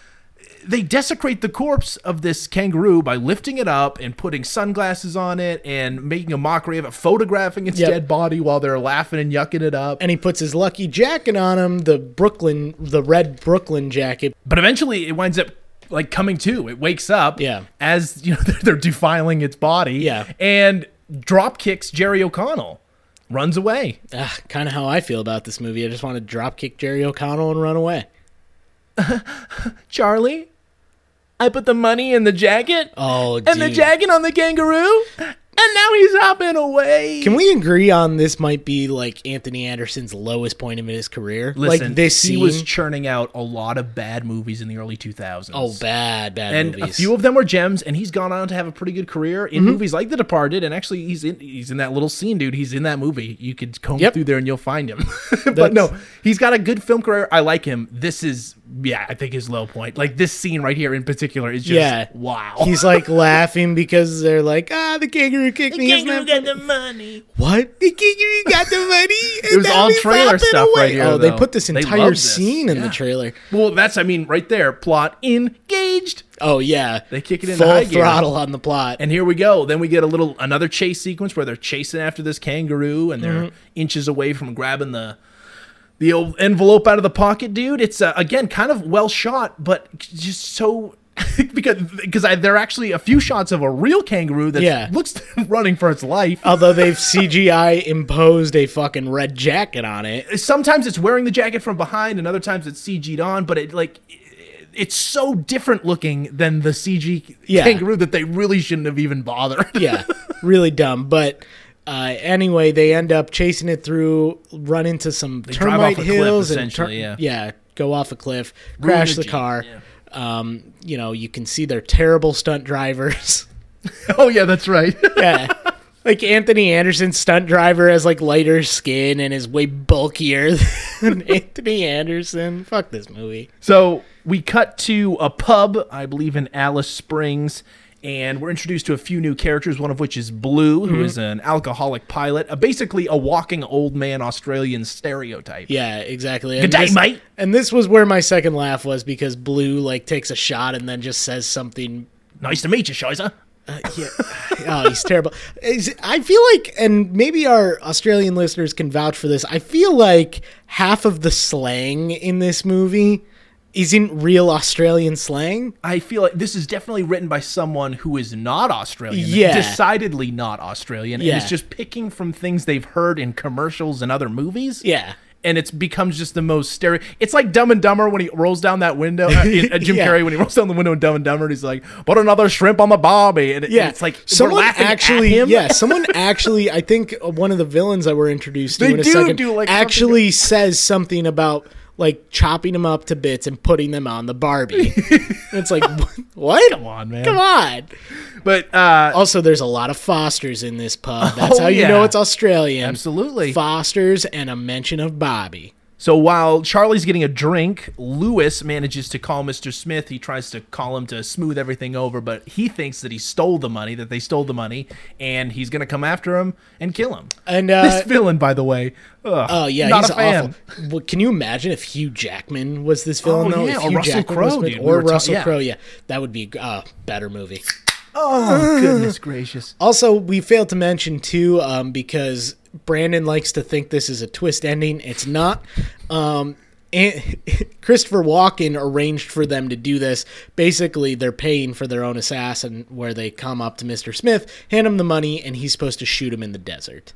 Speaker 5: they desecrate the corpse of this kangaroo by lifting it up and putting sunglasses on it and making a mockery of it, photographing its
Speaker 4: Yep.
Speaker 5: dead body while they're laughing and yucking it up.
Speaker 4: And he puts his lucky jacket on him, the Brooklyn, the red Brooklyn jacket.
Speaker 5: but eventually, it winds up. Like coming to, it wakes up.
Speaker 4: Yeah.
Speaker 5: As you know, they're, they're defiling its body.
Speaker 4: Yeah.
Speaker 5: And drop kicks Jerry O'Connell. runs away.
Speaker 4: kind of Ah, how I feel about this movie. I just want to dropkick Jerry O'Connell and run away.
Speaker 5: Charlie, I put the money in the jacket.
Speaker 4: Oh,
Speaker 5: and the
Speaker 4: dude.
Speaker 5: jacket on the kangaroo, and now he's hopping away.
Speaker 4: Can we agree on this might be like Anthony Anderson's lowest point in his career? like this
Speaker 5: he
Speaker 4: scene
Speaker 5: was churning out a lot of bad movies in the early 2000s.
Speaker 4: Oh, bad, bad
Speaker 5: And
Speaker 4: movies.
Speaker 5: a few of them were gems, and he's gone on to have a pretty good career in movies like The Departed. And actually, he's in he's in that little scene, dude. He's in that movie. You could comb
Speaker 4: Yep.
Speaker 5: through there and you'll find him. but no, he's got a good film career. I like him. This is yeah, I think his low point. Like this scene right here in particular is just
Speaker 4: Yeah.
Speaker 5: wow.
Speaker 4: He's like laughing because they're like, ah, the kangaroo kicked me. isn't that funny?"
Speaker 5: the money.
Speaker 4: what? The kangaroo got the money.
Speaker 5: It was all trailer stuff right here.
Speaker 4: Oh, they
Speaker 5: though.
Speaker 4: put this
Speaker 5: They
Speaker 4: entire
Speaker 5: love this.
Speaker 4: scene in the
Speaker 5: Yeah.
Speaker 4: trailer.
Speaker 5: Well, that's I mean right there. Plot engaged.
Speaker 4: Oh yeah,
Speaker 5: They kick it into
Speaker 4: full
Speaker 5: high gear.
Speaker 4: throttle on the plot.
Speaker 5: And here we go. Then we get a little another chase sequence where they're chasing after this kangaroo and they're inches away from grabbing the the old envelope out of the pocket, dude. It's uh, again kind of well shot, but just so because because I, there are actually a few shots of a real kangaroo that
Speaker 4: Yeah.
Speaker 5: looks running for its life.
Speaker 4: Although they've CGI imposed a fucking red jacket on it.
Speaker 5: sometimes it's wearing the jacket from behind and other times it's CG'd on, but it like it's so different looking than the CG
Speaker 4: Yeah.
Speaker 5: kangaroo that they really shouldn't have even bothered.
Speaker 4: yeah, really dumb. But uh, anyway, they end up chasing it through, run into some
Speaker 5: drive
Speaker 4: termite
Speaker 5: off a cliff,
Speaker 4: hills, and
Speaker 5: essentially, yeah.
Speaker 4: go off a cliff,
Speaker 5: Ruin
Speaker 4: crash
Speaker 5: the
Speaker 4: the
Speaker 5: Jeep,
Speaker 4: car. Um, you know, you can see they're terrible stunt drivers.
Speaker 5: oh yeah, that's right.
Speaker 4: yeah. Like Anthony Anderson's stunt driver has like lighter skin and is way bulkier than Anthony Anderson. Fuck this movie.
Speaker 5: so we cut to a pub, I believe in Alice Springs, and we're introduced to a few new characters. One of which is Blue,
Speaker 4: Mm-hmm.
Speaker 5: who is an alcoholic pilot, uh, basically a walking old man Australian stereotype.
Speaker 4: Yeah, exactly. And
Speaker 5: Good day,
Speaker 4: this-
Speaker 5: mate.
Speaker 4: And this was where my second laugh was because Blue like takes a shot and then just says something uh,
Speaker 5: Nice to meet you, Shizer.
Speaker 4: Yeah. oh, he's terrible. Is- I feel like, and maybe our Australian listeners can vouch for this. I feel like half of the slang in this movie isn't real Australian slang.
Speaker 5: I feel like this is definitely written by someone who is not Australian.
Speaker 4: Yeah.
Speaker 5: Decidedly not Australian.
Speaker 4: Yeah.
Speaker 5: And is just picking from things they've heard in commercials and other movies.
Speaker 4: Yeah.
Speaker 5: And it's becomes just the most stereo. It's like Dumb and Dumber when he rolls down that window. Uh, in- uh, Jim
Speaker 4: Yeah.
Speaker 5: Carrey when he rolls down the window in Dumb and Dumber, and he's like, "But another shrimp on the barbie." And, it-
Speaker 4: Yeah,
Speaker 5: and it's like
Speaker 4: someone
Speaker 5: we're laughing
Speaker 4: actually.
Speaker 5: At him.
Speaker 4: Yeah, someone actually. I think one of the villains that were introduced to
Speaker 5: They
Speaker 4: in a
Speaker 5: do
Speaker 4: second
Speaker 5: do, like, something-
Speaker 4: actually says something about like chopping them up to bits and putting them on the Barbie. And it's like what? Come
Speaker 5: on, man.
Speaker 4: Come on.
Speaker 5: But uh,
Speaker 4: Also, there's a lot of Fosters in this pub. That's
Speaker 5: Oh,
Speaker 4: how you
Speaker 5: yeah.
Speaker 4: know it's Australian.
Speaker 5: Absolutely.
Speaker 4: Fosters and a mention of Bobby.
Speaker 5: So while Charlie's getting a drink, Lewis manages to call Mr. Smith. He tries to call him to smooth everything over, but he thinks that he stole the money, that they stole the money, and he's going to come after him and kill him.
Speaker 4: And uh,
Speaker 5: this villain, by the way. Ugh,
Speaker 4: oh yeah,
Speaker 5: not
Speaker 4: he's
Speaker 5: a fan.
Speaker 4: awful. Well, can you imagine if Hugh Jackman was this villain?
Speaker 5: Oh,
Speaker 4: though?
Speaker 5: yeah,
Speaker 4: If
Speaker 5: or
Speaker 4: Hugh
Speaker 5: Russell
Speaker 4: Jackman was
Speaker 5: Crowe,
Speaker 4: Smith-
Speaker 5: dude. We
Speaker 4: Or
Speaker 5: were ta-
Speaker 4: Russell
Speaker 5: yeah.
Speaker 4: Crowe. Yeah, that would be a uh, better movie.
Speaker 5: Oh, goodness gracious.
Speaker 4: Also, we failed to mention too, um, because Brandon likes to think this is a twist ending. It's not. Um, and Christopher Walken arranged for them to do this. Basically, they're paying for their own assassin, where they come up to Mr. Smith, hand him the money, and he's supposed to shoot him in the desert.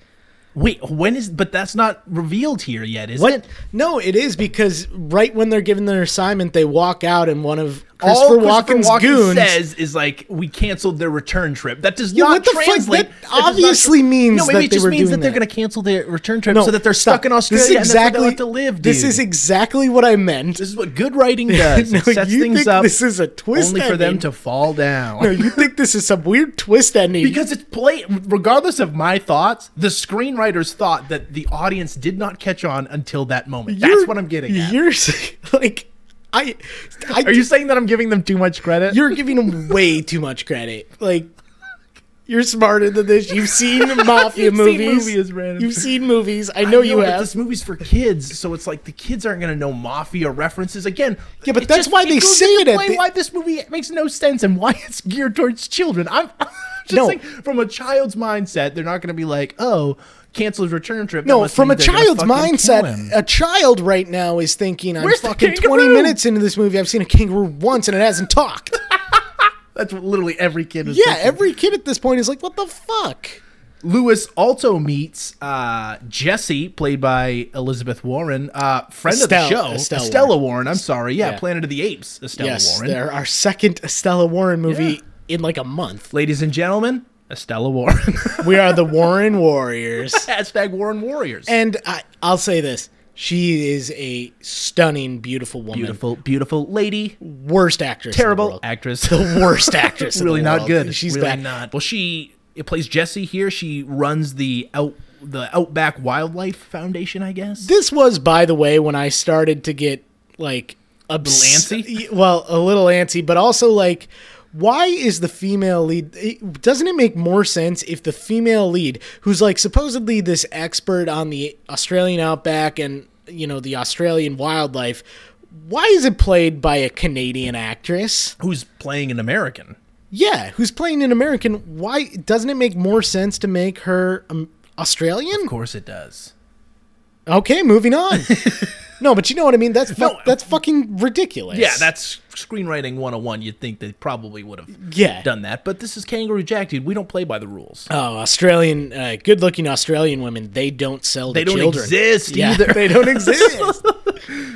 Speaker 5: Wait, when is. But that's not revealed here yet, is it?
Speaker 4: No, it is because right when they're given their assignment, they walk out, and one of
Speaker 5: All
Speaker 4: Christopher, Walken's
Speaker 5: Walken
Speaker 4: goons
Speaker 5: says is like we canceled their return trip. That does
Speaker 4: Yeah,
Speaker 5: not
Speaker 4: what the fuck?
Speaker 5: translate.
Speaker 4: That
Speaker 5: does not-
Speaker 4: obviously means
Speaker 5: no. Maybe
Speaker 4: that
Speaker 5: it
Speaker 4: they
Speaker 5: just
Speaker 4: were doing
Speaker 5: means that they're
Speaker 4: that.
Speaker 5: going to cancel their return trip
Speaker 4: No,
Speaker 5: so that they're
Speaker 4: stop.
Speaker 5: stuck in Australia
Speaker 4: This is exactly
Speaker 5: and that's where they'll have to live.
Speaker 4: This
Speaker 5: dude.
Speaker 4: is exactly what I meant.
Speaker 5: This is what good writing does.
Speaker 4: No,
Speaker 5: it sets
Speaker 4: you
Speaker 5: things
Speaker 4: think
Speaker 5: up
Speaker 4: this is a twist
Speaker 5: only for them
Speaker 4: ending.
Speaker 5: to fall down.
Speaker 4: No, you think this is some weird twist ending?
Speaker 5: because it's play regardless of my thoughts, the screenwriters thought that the audience did not catch on until that moment. That's
Speaker 4: You're-
Speaker 5: what I'm getting at.
Speaker 4: You're like, I, I
Speaker 5: Are you saying that I'm giving them too much credit?
Speaker 4: you're giving him way too much credit. Like, you're smarter than this. You've seen mafia
Speaker 5: You've seen
Speaker 4: movies.
Speaker 5: movies, Brandon.
Speaker 4: You've seen movies. I
Speaker 5: I
Speaker 4: know you
Speaker 5: but
Speaker 4: have.
Speaker 5: This movie's for kids, so it's like the kids aren't going to know mafia references again.
Speaker 4: Yeah, but
Speaker 5: it
Speaker 4: that's why
Speaker 5: it
Speaker 4: they
Speaker 5: goes
Speaker 4: say
Speaker 5: into
Speaker 4: it at
Speaker 5: play
Speaker 4: the-
Speaker 5: why this movie makes no sense and why it's geared towards children. I'm I'm just
Speaker 4: No.
Speaker 5: saying, from a child's mindset, they're not going to be like, "Oh, cancel his return trip." That
Speaker 4: no,
Speaker 5: must
Speaker 4: from
Speaker 5: mean
Speaker 4: a
Speaker 5: they're gonna
Speaker 4: child's
Speaker 5: fucking kill him.
Speaker 4: mindset, a child right now is thinking, "I'm
Speaker 5: Where's the
Speaker 4: fucking 20
Speaker 5: kangaroo?
Speaker 4: minutes into this movie. I've seen a kangaroo once, and it hasn't talked."
Speaker 5: That's what literally every kid. Is
Speaker 4: yeah,
Speaker 5: thinking.
Speaker 4: every kid at this point is like, "What the fuck?"
Speaker 5: Lewis also meets uh, Jesse, played by Elizabeth Warren, uh, friend
Speaker 4: Estelle-
Speaker 5: of the show,
Speaker 4: Estelle
Speaker 5: Estella
Speaker 4: Warren.
Speaker 5: Warren. I'm sorry, yeah,
Speaker 4: Yeah.
Speaker 5: Planet of the Apes, Estella
Speaker 4: yes,
Speaker 5: Warren.
Speaker 4: they're our second Estella Warren movie in like a month.
Speaker 5: Ladies and gentlemen, Estella Warren.
Speaker 4: We are the Warren Warriors.
Speaker 5: Hashtag Warren Warriors.
Speaker 4: And I, I'll say this. She is a stunning, beautiful woman.
Speaker 5: beautiful, beautiful lady.
Speaker 4: Worst actress. in the
Speaker 5: Terrible
Speaker 4: world.
Speaker 5: actress.
Speaker 4: The worst actress. in
Speaker 5: really
Speaker 4: the
Speaker 5: not
Speaker 4: world.
Speaker 5: good.
Speaker 4: She's
Speaker 5: really
Speaker 4: bad.
Speaker 5: not. Well, she it plays Jesse here. She runs the out the Outback Wildlife Foundation, I guess.
Speaker 4: This was, by the way, when I started to get like obs- y-
Speaker 5: antsy?
Speaker 4: Well, a little antsy, but also like, why is the female lead? It, doesn't it make more sense if the female lead, who's like supposedly this expert on the Australian outback and you know the Australian wildlife, why is it played by a Canadian actress?
Speaker 5: Who's playing an American?
Speaker 4: Yeah, who's playing an American? Why doesn't it make more sense to make her um, Australian?
Speaker 5: Of course, it does.
Speaker 4: Okay, moving on. no, but you know what I mean. That's fu-
Speaker 5: No.
Speaker 4: that's fucking ridiculous.
Speaker 5: Yeah, that's screenwriting 101. You'd think they probably would have
Speaker 4: Yeah.
Speaker 5: done that, but this is Kangaroo Jack, dude. We don't play by the rules.
Speaker 4: Oh, Australian, uh, good-looking Australian women. They don't sell.
Speaker 5: They
Speaker 4: to
Speaker 5: don't
Speaker 4: children.
Speaker 5: exist
Speaker 4: Yeah,
Speaker 5: either.
Speaker 4: They don't exist.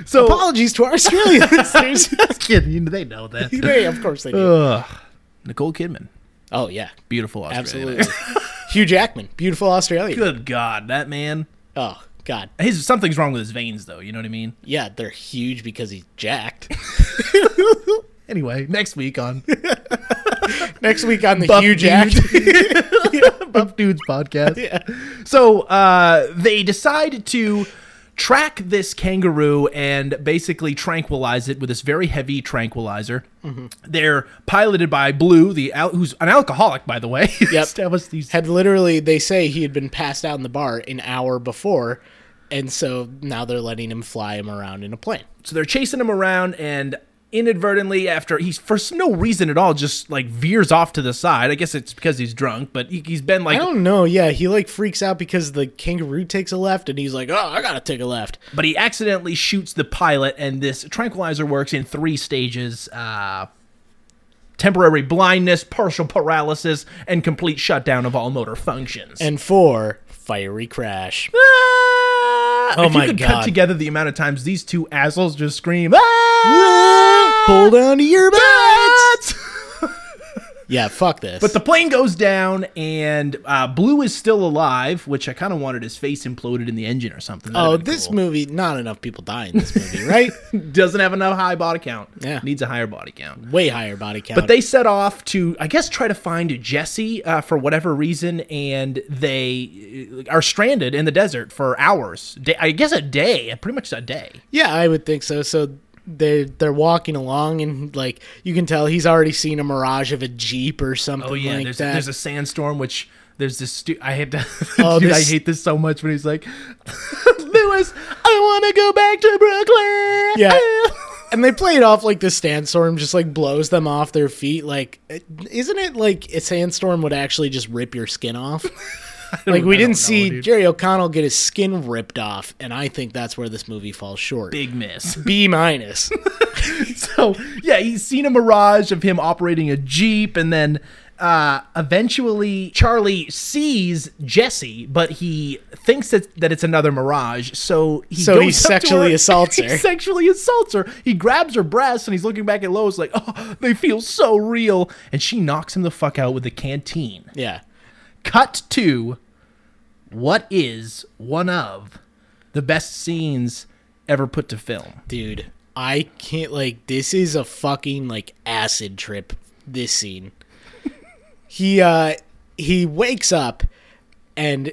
Speaker 5: So,
Speaker 4: Apologies to our Australian listeners.
Speaker 5: kidding. They know that.
Speaker 4: they, of course, they do.
Speaker 5: Nicole Kidman,
Speaker 4: oh yeah,
Speaker 5: beautiful Australian.
Speaker 4: absolutely. Hugh Jackman, beautiful Australian.
Speaker 5: Good God, that man.
Speaker 4: Oh God,
Speaker 5: His something's wrong with his veins, though. You know what I mean?
Speaker 4: yeah, they're huge because he's jacked.
Speaker 5: Anyway, next week on
Speaker 4: Next week on the
Speaker 5: Buff
Speaker 4: Hugh Jacked.
Speaker 5: Buff Dudes podcast. So uh, they decide to track this kangaroo and basically tranquilize it with this very heavy tranquilizer. They're piloted by Blue, the al- who's an alcoholic, by the way.
Speaker 4: Yep.
Speaker 5: Established these-
Speaker 4: had literally they say he had been passed out in the bar an hour before and so now they're letting him fly him around in a plane
Speaker 5: so they're chasing him around and inadvertently after he's for no reason at all just like veers off to the side i guess it's because he's drunk but he, he's been
Speaker 4: i
Speaker 5: like
Speaker 4: don't know yeah he like freaks out because the kangaroo takes a left and he's like oh i gotta take a left
Speaker 5: but he accidentally shoots the pilot and this tranquilizer works in three stages uh temporary blindness partial paralysis and complete shutdown of all motor functions
Speaker 4: and four fiery crash
Speaker 5: Ah!
Speaker 4: Oh
Speaker 5: if
Speaker 4: my
Speaker 5: you could
Speaker 4: God.
Speaker 5: cut together the amount of times these two assholes just scream ah!
Speaker 4: hold on to your butts
Speaker 5: Ah!
Speaker 4: yeah fuck this
Speaker 5: But the plane goes down, and uh, Blue is still alive, which I kind of wanted his face imploded in the engine or something. That'd
Speaker 4: oh
Speaker 5: have been
Speaker 4: this
Speaker 5: cool.
Speaker 4: movie not enough people die in this movie right
Speaker 5: doesn't have enough high body count.
Speaker 4: Yeah.
Speaker 5: needs a higher body count.
Speaker 4: way higher body count
Speaker 5: But they set off to, I guess, try to find Jesse uh, for whatever reason, and they uh, are stranded in the desert for hours. Da- I guess a day, pretty much a day.
Speaker 4: Yeah, I would think so. So they they're walking along and like you can tell he's already seen a mirage of a jeep or something like
Speaker 5: Oh, there's,
Speaker 4: that.
Speaker 5: there's a sandstorm, which there's this. Stu- I hate to.
Speaker 4: Oh,
Speaker 5: dude,
Speaker 4: this-
Speaker 5: I hate this so much when he's like, Lewis, I want to go back to Brooklyn.
Speaker 4: Yeah. and they play it off like the sandstorm just like blows them off their feet. Like, it- isn't it like a sandstorm would actually just rip your skin off? like we
Speaker 5: I
Speaker 4: didn't
Speaker 5: don't know,
Speaker 4: see
Speaker 5: dude.
Speaker 4: Jerry O'Connell get his skin ripped off, and I think that's where this movie falls short.
Speaker 5: Big miss.
Speaker 4: B minus.
Speaker 5: So yeah, he's seen a mirage of him operating a jeep, and then uh, eventually Charlie sees Jesse, but he thinks that that it's another mirage. So he
Speaker 4: So
Speaker 5: goes
Speaker 4: he
Speaker 5: up to
Speaker 4: sexually
Speaker 5: her-
Speaker 4: assaults her.
Speaker 5: He sexually assaults her. He grabs her breasts, and he's looking back at Lois like, "Oh, they feel so real." And she knocks him the fuck out with the canteen.
Speaker 4: yeah.
Speaker 5: Cut to what is one of the best scenes ever put to film.
Speaker 4: dude i can't like this is a fucking like acid trip this scene he uh he wakes up and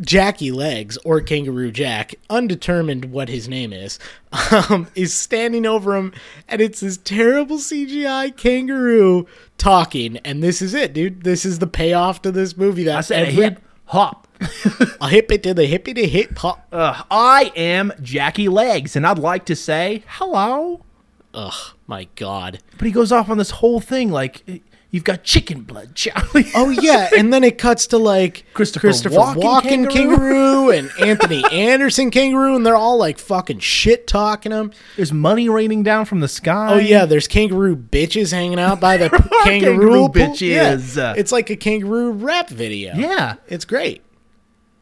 Speaker 4: jackie legs or kangaroo jack undetermined what his name is um is standing over him and it's this terrible cgi kangaroo talking and this is it dude this is the payoff to this movie that
Speaker 5: I said
Speaker 4: every-
Speaker 5: hip hop.
Speaker 4: a hip it to the hippie to hip hop
Speaker 5: Ugh, I am Jackie Legs, and I'd like to say hello.
Speaker 4: ugh my god
Speaker 5: But he goes off on this whole thing like, You've got chicken blood, Charlie.
Speaker 4: Oh yeah, and then it cuts to like
Speaker 5: Christopher Walken
Speaker 4: Walken
Speaker 5: kangaroo.
Speaker 4: kangaroo and Anthony Anderson kangaroo, and they're all like fucking shit talking him.
Speaker 5: There's money raining down from the sky.
Speaker 4: Oh yeah, there's kangaroo bitches hanging out by the
Speaker 5: Kangaroo
Speaker 4: kangaroo, pool. Yeah,
Speaker 5: bitches.
Speaker 4: It's like a kangaroo rap video.
Speaker 5: Yeah.
Speaker 4: it's great.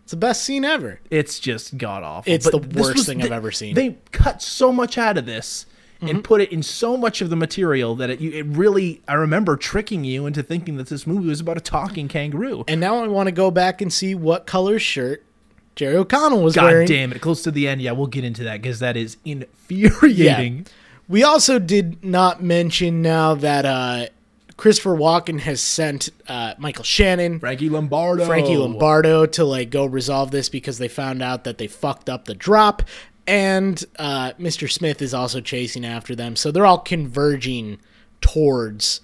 Speaker 4: It's the best scene ever.
Speaker 5: It's just god awful.
Speaker 4: It's the
Speaker 5: this
Speaker 4: worst thing I've ever seen. Mm-hmm.
Speaker 5: They cut so much out of this and put it in so much of the material that it, you, it really, I remember tricking you into thinking that this movie was about a talking kangaroo.
Speaker 4: And now I want to go back and see what color shirt Jerry O'Connell was
Speaker 5: God
Speaker 4: wearing.
Speaker 5: damn it. Close to the end. Yeah, we'll get into that because that is infuriating.
Speaker 4: We also did not mention now that uh, Christopher Walken has sent uh, Michael Shannon,
Speaker 5: Frankie Lombardo.
Speaker 4: Frankie Lombardo to like go resolve this because they found out that they fucked up the drop. And uh, Mr. Smith is also chasing after them. So they're all converging towards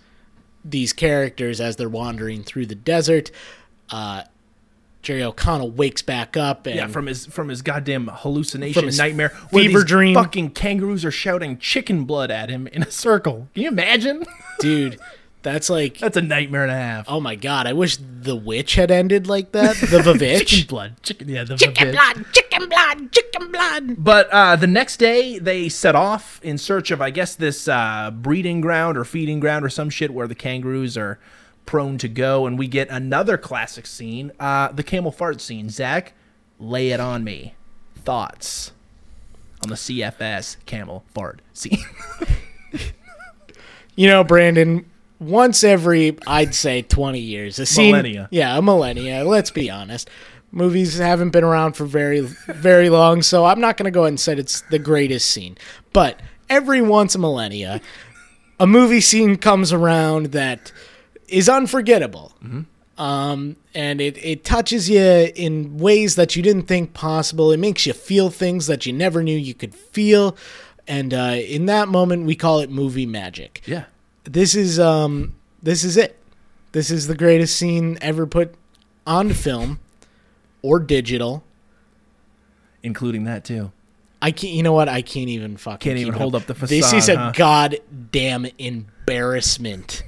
Speaker 4: these characters as they're wandering through the desert. Uh, Jerry O'Connell wakes back up and
Speaker 5: Yeah, from his from his goddamn hallucination
Speaker 4: From his
Speaker 5: nightmare, where
Speaker 4: fever
Speaker 5: these
Speaker 4: dream.
Speaker 5: fucking kangaroos are shouting chicken blood at him in a circle. Can you imagine?
Speaker 4: dude, that's like
Speaker 5: That's a nightmare and a half.
Speaker 4: Oh my god, I wish The Witch had ended like that. The Vavitch.
Speaker 5: Chicken blood, chicken, yeah, the
Speaker 4: chicken
Speaker 5: the-
Speaker 4: blood, chicken blood, chicken blood.
Speaker 5: But uh, the next day, they set off in search of, I guess, this uh, breeding ground or feeding ground or some shit where the kangaroos are prone to go. And we get another classic scene, uh, the camel fart scene. Zach, lay it on me. Thoughts on the CFS camel fart scene?
Speaker 4: You know, Brandon, once every I'd say 20 years, a scene,
Speaker 5: Millennia.
Speaker 4: Yeah, a millennia, let's be honest. Movies haven't been around for very very long, so I'm not going to go ahead and say it's the greatest scene. But every once a millennia, a movie scene comes around that is unforgettable. Um, and it, it touches you in ways that you didn't think possible. It makes you feel things that you never knew you could feel. And uh, in that moment, we call it movie magic.
Speaker 5: yeah.
Speaker 4: This is um, this is it. This is the greatest scene ever put on film or digital.
Speaker 5: Including that, too.
Speaker 4: I can't. You know what? I can't even fucking.
Speaker 5: Can't
Speaker 4: keep
Speaker 5: even
Speaker 4: it
Speaker 5: hold up the
Speaker 4: This is
Speaker 5: facade,
Speaker 4: a
Speaker 5: huh?
Speaker 4: goddamn embarrassment.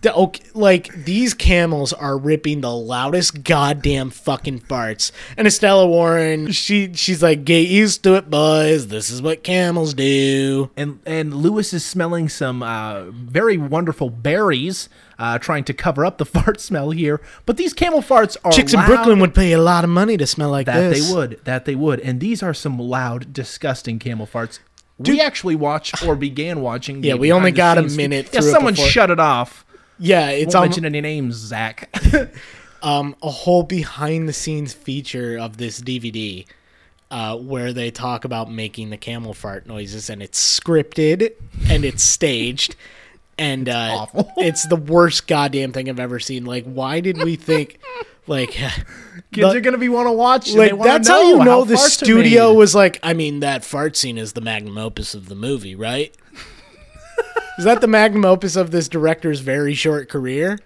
Speaker 4: The- okay, like these camels are ripping the loudest goddamn fucking farts. And Estella Warren, she she's like, "Get used to it, boys. This is what camels do."
Speaker 5: and and Lewis is smelling some uh, very wonderful berries, uh, trying to cover up the fart smell here. But these camel farts are
Speaker 4: Chicks
Speaker 5: loud.
Speaker 4: in Brooklyn would pay a lot of money to smell like
Speaker 5: that
Speaker 4: this.
Speaker 5: they would that they would, and these are some loud, disgusting camel farts. we actually watched or began watching. the
Speaker 4: Yeah, we only
Speaker 5: behind the
Speaker 4: got a
Speaker 5: scenes-
Speaker 4: minute
Speaker 5: Yeah,
Speaker 4: through it
Speaker 5: someone
Speaker 4: before-
Speaker 5: shut it off.
Speaker 4: Yeah, it's
Speaker 5: Don't
Speaker 4: almo-
Speaker 5: mention any names, Zach.
Speaker 4: um, a whole behind the scenes feature of this DVD uh, where they talk about making the camel fart noises and it's scripted and it's staged and uh,
Speaker 5: awful.
Speaker 4: it's the worst goddamn thing I've ever seen. Like, why did we think like
Speaker 5: Kids
Speaker 4: the-
Speaker 5: are gonna be want to watch. and they
Speaker 4: like
Speaker 5: wanna
Speaker 4: that's how you know
Speaker 5: how
Speaker 4: the
Speaker 5: farts are
Speaker 4: studio
Speaker 5: made.
Speaker 4: was like? I mean, that fart scene is the magnum opus of the movie, right? is that the magnum opus of this director's very short career?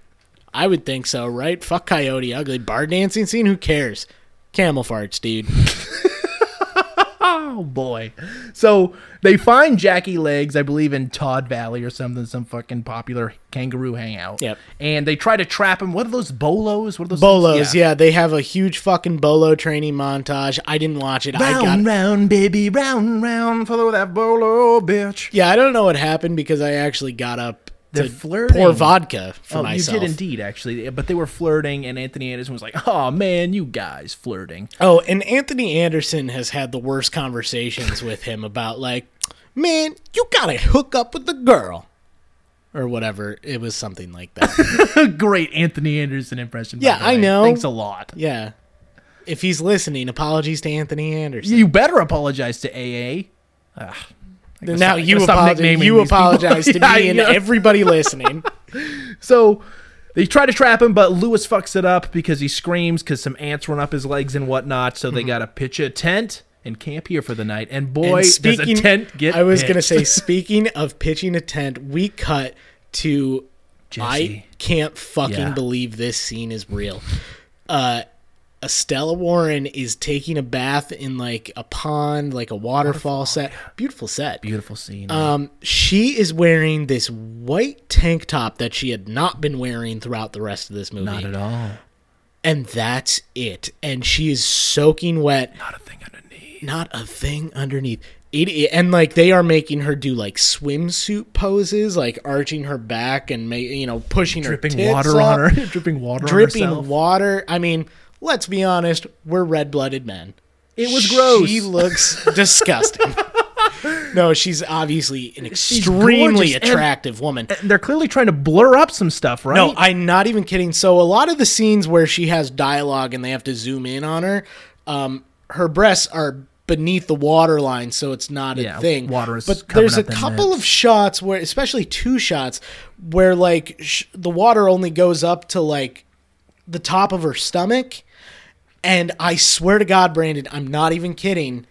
Speaker 4: I would think so, right? Fuck Coyote Ugly, bar dancing scene. Who cares? Camel farts, dude.
Speaker 5: Oh boy. So they find Jackie Legs, I believe, in Todd Valley or something, some fucking popular kangaroo hangout.
Speaker 4: Yep.
Speaker 5: And they try to trap him. What are those bolos? What are those
Speaker 4: Bolos, yeah. they have a huge fucking bolo training montage. I didn't watch it. I got
Speaker 5: Round, round, baby, round, round. Follow that bolo, bitch.
Speaker 4: yeah. I don't know what happened because I actually got up
Speaker 5: They're
Speaker 4: to
Speaker 5: flirting.
Speaker 4: pour vodka for
Speaker 5: Oh,
Speaker 4: myself.
Speaker 5: you did indeed, actually. But they were flirting, and Anthony Anderson was like, "Oh man, you guys flirting."
Speaker 4: Oh, and Anthony Anderson has had the worst conversations with him about like, man, you gotta hook up with the girl. Or whatever. It was something like that.
Speaker 5: Great Anthony Anderson impression. by
Speaker 4: Yeah,
Speaker 5: the
Speaker 4: I
Speaker 5: way.
Speaker 4: know.
Speaker 5: Thanks a lot.
Speaker 4: yeah. If he's listening, apologies to Anthony Anderson.
Speaker 5: You better apologize to AA. Ugh. I gotta
Speaker 4: now
Speaker 5: stop- I
Speaker 4: you
Speaker 5: gotta stop
Speaker 4: apologize.
Speaker 5: nicknaming
Speaker 4: You
Speaker 5: these people.
Speaker 4: apologize to
Speaker 5: Yeah, I
Speaker 4: me and
Speaker 5: know.
Speaker 4: everybody listening.
Speaker 5: So they try to trap him, but Lewis fucks it up because he screams because some ants run up his legs and whatnot. So they got to pitch a tent and camp here for the night. And boy,
Speaker 4: Mm-hmm. And
Speaker 5: does a tent get.
Speaker 4: I was gonna
Speaker 5: pitched.
Speaker 4: say, speaking of pitching a tent, we cut to
Speaker 5: Jesse.
Speaker 4: I can't fucking
Speaker 5: Yeah.
Speaker 4: believe this scene is real. Uh Estella Warren is taking a bath in like a pond, like a waterfall, set. Beautiful set.
Speaker 5: Beautiful scene.
Speaker 4: Um, she is wearing this white tank top that she had not been wearing throughout the rest of this movie.
Speaker 5: Not at all.
Speaker 4: And that's it. And she is soaking wet.
Speaker 5: Not a thing underneath.
Speaker 4: Not a thing underneath. It, it- and like they are making her do like swimsuit poses, like arching her back and ma- you know pushing her
Speaker 5: Dripping
Speaker 4: tits
Speaker 5: water
Speaker 4: up,
Speaker 5: on her. dripping water
Speaker 4: dripping
Speaker 5: on herself.
Speaker 4: water. I mean, let's be honest, we're red-blooded men.
Speaker 5: it was gross.
Speaker 4: She looks disgusting. no, she's obviously an
Speaker 5: gorgeous
Speaker 4: extremely
Speaker 5: and-
Speaker 4: attractive woman.
Speaker 5: They're clearly trying to blur up some stuff, right?
Speaker 4: No, I'm not even kidding. So a lot of the scenes where she has dialogue and they have to zoom in on her, um, her breasts are beneath the water line, so it's not
Speaker 5: Yeah,
Speaker 4: a thing.
Speaker 5: water is
Speaker 4: but
Speaker 5: coming
Speaker 4: there's a
Speaker 5: up in
Speaker 4: couple
Speaker 5: that.
Speaker 4: of shots where, especially two shots, where like sh- the water only goes up to like the top of her stomach, and I swear to God, Brandon, I'm not even kidding.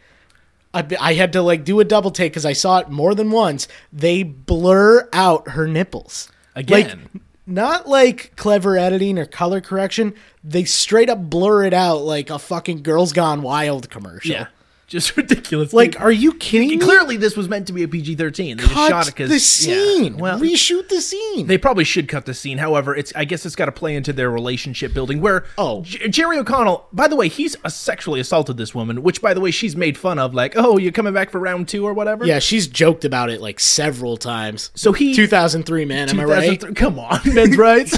Speaker 4: I, I had to like do a double take because I saw it more than once. They blur out her nipples
Speaker 5: Again.
Speaker 4: Like, not like clever editing or color correction. They straight up blur it out like a fucking Girls Gone Wild commercial.
Speaker 5: yeah, just ridiculous.
Speaker 4: Like,
Speaker 5: They-
Speaker 4: are you kidding me?
Speaker 5: clearly this was meant to be a PG-13. They just
Speaker 4: Cut
Speaker 5: shot it because
Speaker 4: the scene.
Speaker 5: well,
Speaker 4: reshoot the scene.
Speaker 5: They probably should cut the scene. However, it's I guess it's got to play into their relationship building. Where
Speaker 4: Oh.
Speaker 5: J- Jerry O'Connell, by the way, he's uh, sexually assaulted this woman, which by the way she's made fun of, like, oh, you're coming back for round two or whatever.
Speaker 4: yeah, she's joked about it like several times.
Speaker 5: So he-
Speaker 4: 2003 man, am I right?
Speaker 5: 2003 Come on, men's rights.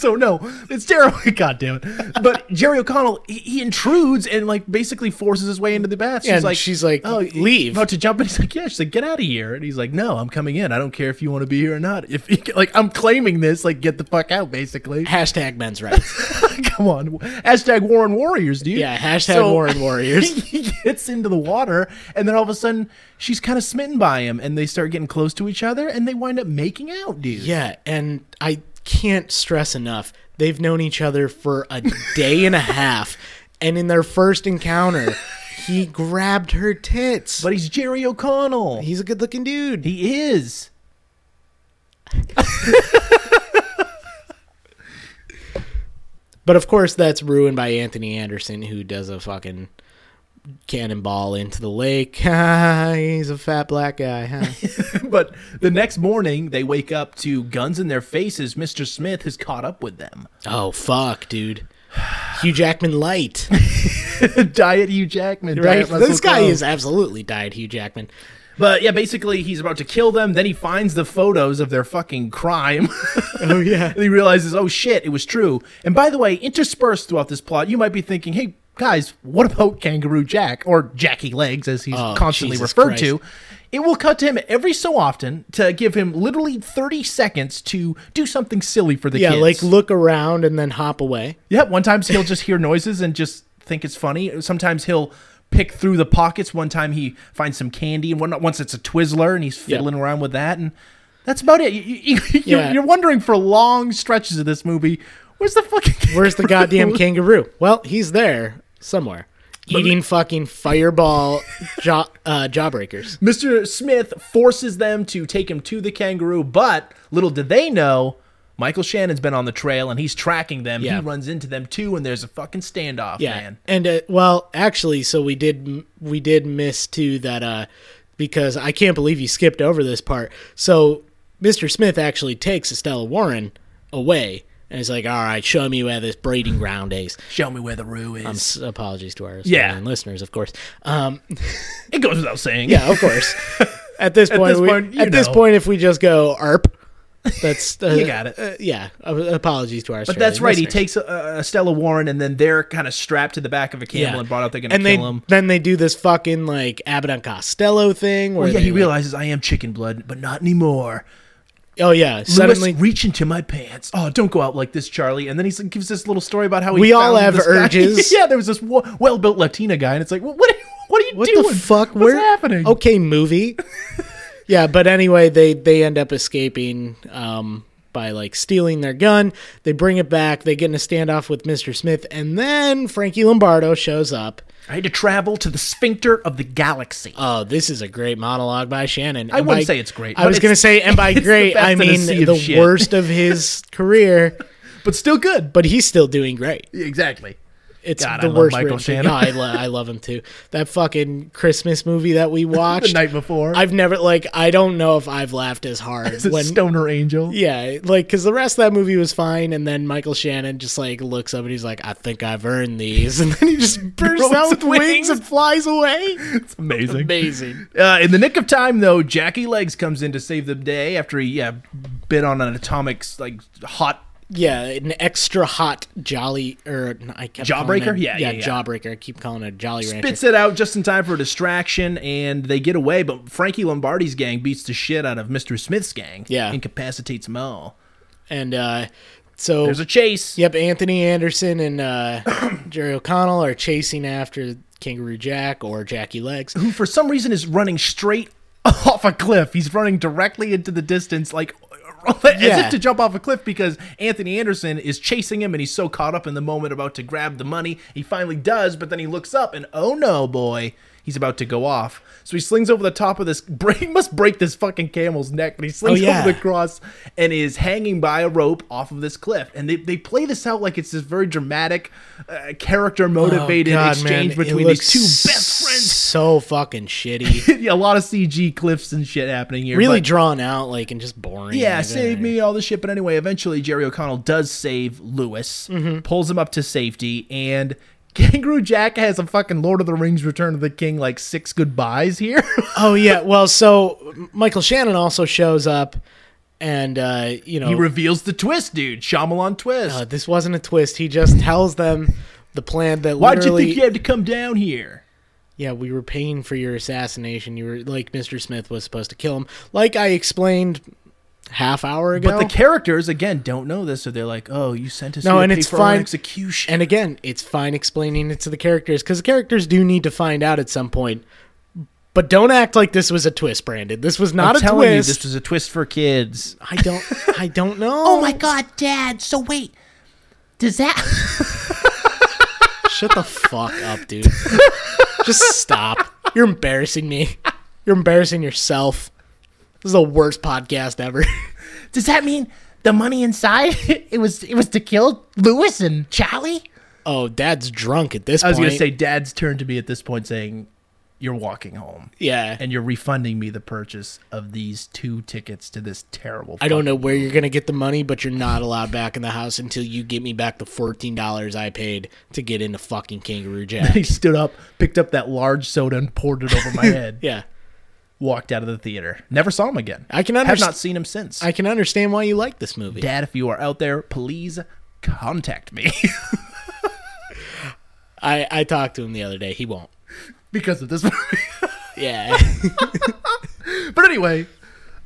Speaker 5: so no, it's Jerry. God damn it! But Jerry O'Connell, he, he intrudes and like basically forces his way into the bath. She's
Speaker 4: And
Speaker 5: like, "Oh,
Speaker 4: she's like, "Leave."
Speaker 5: about to jump in. He's like, yeah. She's like, get out of here. And he's like, no, I'm coming in. I don't care if you want to be here or not. If you, like, I'm claiming this. Like, get the fuck out, basically.
Speaker 4: Hashtag men's rights.
Speaker 5: Come on. Hashtag Warren Warriors, dude.
Speaker 4: Yeah, hashtag Warren Warriors.
Speaker 5: he gets into the water, and then all of a sudden, she's kind of smitten by him, and they start getting close to each other, and they wind up making out, dude.
Speaker 4: yeah, and I can't stress enough. They've known each other for a day and a half, and in their first encounter, he grabbed her tits.
Speaker 5: But he's Jerry O'Connell. He,
Speaker 4: He's a good-looking dude.
Speaker 5: is.
Speaker 4: But of course, that's ruined by Anthony Anderson, who does a fucking cannonball into the lake. He's a fat black guy. Huh?
Speaker 5: But the next morning, they wake up to guns in their faces. Mr. Smith has caught up with them.
Speaker 4: oh fuck, dude. Hugh Jackman light,
Speaker 5: Diet Hugh Jackman.
Speaker 4: right?
Speaker 5: Diet Russell
Speaker 4: this guy
Speaker 5: Crowe.
Speaker 4: is absolutely died Hugh Jackman.
Speaker 5: But yeah, basically, he's about to kill them. Then he finds the photos of their fucking crime.
Speaker 4: Oh yeah.
Speaker 5: and he realizes, oh shit, it was true. And by the way, interspersed throughout this plot, you might be thinking, hey, guys, what about Kangaroo Jack or Jackie Legs, as he's
Speaker 4: Oh,
Speaker 5: constantly
Speaker 4: Jesus
Speaker 5: referred
Speaker 4: Christ.
Speaker 5: to? It will cut to him every so often to give him literally 30 seconds to do something silly for the
Speaker 4: Yeah,
Speaker 5: kids.
Speaker 4: like look around and then hop away.
Speaker 5: Yeah, one times he'll just hear noises and just think it's funny. Sometimes he'll pick through the pockets. One time he finds some candy and whatnot. Once it's a Twizzler and he's
Speaker 4: Yeah.
Speaker 5: fiddling around with that, and that's about it. You, you, you-
Speaker 4: Yeah.
Speaker 5: You're wondering for long stretches of this movie, where's the fucking
Speaker 4: Where's the goddamn kangaroo? Well, he's there somewhere, eating fucking fireball jaw uh, jawbreakers.
Speaker 5: Mr. Smith forces them to take him to the kangaroo, but little do they know. Michael Shannon's been on the trail and he's tracking them.
Speaker 4: Yeah.
Speaker 5: He runs into them too, and there's a fucking standoff,
Speaker 4: yeah
Speaker 5: man.
Speaker 4: and uh, well actually so we did we did miss too that uh because i can't believe you skipped over this part so mr smith actually takes estella warren away and he's like all right show me where this breeding ground is
Speaker 5: Show me where the roo is.
Speaker 4: S- apologies to our
Speaker 5: Yeah.
Speaker 4: Australian listeners of course um
Speaker 5: it goes without saying.
Speaker 4: yeah of course at this point,
Speaker 5: this
Speaker 4: we-
Speaker 5: point, you
Speaker 4: at this
Speaker 5: know.
Speaker 4: point if we just go arp that's uh,
Speaker 5: You got it.
Speaker 4: uh, yeah uh, apologies to our
Speaker 5: But that's right. He takes uh, Stella Warren, and then they're kind of strapped to the back of a camel and brought up. They're gonna
Speaker 4: And they,
Speaker 5: kill him.
Speaker 4: Then they do this fucking like Abbott and Costello thing. Where
Speaker 5: Well, Oh, yeah,
Speaker 4: they,
Speaker 5: he
Speaker 4: like-
Speaker 5: realizes I am chicken blood, but not anymore.
Speaker 4: Oh yeah, suddenly
Speaker 5: Suddenly, reach into my pants. Oh, don't go out like this, Charlie. And then he s- gives this little story about how he
Speaker 4: We all
Speaker 5: found
Speaker 4: have
Speaker 5: this guy.
Speaker 4: urges.
Speaker 5: yeah, there was this wa- well-built Latina guy, and it's like, well, what? Are you, what are you
Speaker 4: what
Speaker 5: doing?
Speaker 4: the fuck?
Speaker 5: What's
Speaker 4: Where- Oh.
Speaker 5: happening?
Speaker 4: Okay, movie. yeah, but anyway, they they end up escaping um, by like stealing their gun. They bring it back. They get in a standoff with Mister Smith, and then Frankie Lombardo shows up.
Speaker 5: I had to travel to the sphincter of the galaxy.
Speaker 4: Oh, this is a great monologue by Shannon.
Speaker 5: I
Speaker 4: And
Speaker 5: wouldn't
Speaker 4: by-
Speaker 5: say it's great,
Speaker 4: I
Speaker 5: but
Speaker 4: was
Speaker 5: it's-
Speaker 4: gonna say, and by
Speaker 5: it's the
Speaker 4: great,
Speaker 5: best
Speaker 4: I
Speaker 5: in a
Speaker 4: mean
Speaker 5: sea of
Speaker 4: the
Speaker 5: shit.
Speaker 4: worst of his career.
Speaker 5: but still good.
Speaker 4: But he's still doing great.
Speaker 5: Exactly.
Speaker 4: It's
Speaker 5: God, I
Speaker 4: the
Speaker 5: love
Speaker 4: worst.
Speaker 5: Michael
Speaker 4: written thing.
Speaker 5: Shannon.
Speaker 4: No, I, lo- I love him too. That fucking Christmas movie that we watched
Speaker 5: night before.
Speaker 4: I've never like I don't know if I've laughed as hard
Speaker 5: It's a stoner angel.
Speaker 4: Yeah, like because the rest of that movie was fine, and then Michael Shannon just like looks up and he's like, "I think I've earned these," and then he just bursts
Speaker 5: Grows
Speaker 4: out with wings
Speaker 5: wings.
Speaker 4: and flies away.
Speaker 5: It's amazing.
Speaker 4: Amazing.
Speaker 5: Uh, in the nick of time, though, Jackie Legs comes in to save the day after he uh, bit on an atomic like hot.
Speaker 4: Yeah, an extra hot jolly or I kept calling
Speaker 5: Jawbreaker?
Speaker 4: it-
Speaker 5: Yeah,
Speaker 4: yeah,
Speaker 5: yeah, yeah.
Speaker 4: jawbreaker. I keep calling it Jolly Rancher.
Speaker 5: Spits it out just in time for a distraction, and they get away. But Frankie Lombardi's gang beats the shit out of Mr. Smith's gang.
Speaker 4: Yeah.
Speaker 5: incapacitates them all.
Speaker 4: and uh, so
Speaker 5: There's a chase.
Speaker 4: Yep, Anthony Anderson and uh, Jerry O'Connell are chasing after Kangaroo Jack or Jackie Legs.
Speaker 5: Who for some reason is running straight off a cliff. He's running directly into the distance, like as
Speaker 4: Yeah.
Speaker 5: if to jump off a cliff because Anthony Anderson is chasing him, and he's so caught up in the moment about to grab the money. He finally does, but then he looks up, and oh no, boy. He's about to go off, so he slings over the top of this. He must break this fucking camel's neck, but he slings
Speaker 4: Oh, yeah.
Speaker 5: over the cross and is hanging by a rope off of this cliff. And they, they play this out like it's this very dramatic, uh, character motivated
Speaker 4: Oh, God, man,
Speaker 5: exchange
Speaker 4: it
Speaker 5: between
Speaker 4: looks
Speaker 5: these two best friends
Speaker 4: So fucking shitty.
Speaker 5: a lot of CG cliffs and shit happening here.
Speaker 4: really
Speaker 5: but-
Speaker 4: drawn out, like and just boring.
Speaker 5: yeah,
Speaker 4: Like,
Speaker 5: save
Speaker 4: uh,
Speaker 5: me, all this shit. But anyway, eventually Jerry O'Connell does save Lewis,
Speaker 4: Mm-hmm.
Speaker 5: pulls him up to safety, and Kangaroo Jack has a fucking Lord of the Rings Return of the King like six goodbyes here.
Speaker 4: Oh yeah. Well, so Michael Shannon also shows up, and uh, you know
Speaker 5: he reveals the twist, dude. Shyamalan twist.
Speaker 4: uh, this wasn't a twist. He just tells them the plan that
Speaker 5: Why'd you
Speaker 4: literally.
Speaker 5: think you had to come down here?
Speaker 4: yeah, we were paying for your assassination. You were like Mr. Smith was supposed to kill him, like I explained half hour ago.
Speaker 5: But the characters again don't know this, so they're like, "Oh, you sent us
Speaker 4: No,
Speaker 5: here to
Speaker 4: and
Speaker 5: pay
Speaker 4: it's
Speaker 5: for our own
Speaker 4: fine.
Speaker 5: execution."
Speaker 4: And again, it's fine explaining it to the characters because the characters do need to find out at some point. But don't act like this was a twist, Brandon. This was not
Speaker 5: I'm
Speaker 4: a
Speaker 5: telling
Speaker 4: twist.
Speaker 5: you, this was a twist for kids.
Speaker 4: I don't. I don't know.
Speaker 6: Oh my god, Dad. So wait. Does that
Speaker 4: Shut the fuck up, dude. Just stop. You're embarrassing me. You're embarrassing yourself. This is the worst podcast ever.
Speaker 6: does that mean the money inside it was it was to kill Lewis and Charlie?
Speaker 4: Oh, dad's drunk at this
Speaker 5: I was
Speaker 4: point.
Speaker 5: gonna say, Dad's turned to me at this point, saying, "You're walking home."
Speaker 4: yeah.
Speaker 5: and you're refunding me the purchase of these two tickets to this terrible.
Speaker 4: I don't know
Speaker 5: fucking-
Speaker 4: where you're going to get the money, but you're not allowed back in the house until you get me back the $14 I paid to get into fucking Kangaroo Jack.
Speaker 5: He stood up, picked up that large soda, and poured it over my head.
Speaker 4: yeah.
Speaker 5: Walked out of the theater. Never saw him again.
Speaker 4: I can
Speaker 5: have
Speaker 4: underst-
Speaker 5: not seen him since.
Speaker 4: I can understand why you like this movie.
Speaker 5: Dad, if you are out there, please contact me
Speaker 4: I, I talked to him the other day. He won't.
Speaker 5: because of this movie.
Speaker 4: Yeah.
Speaker 5: But anyway,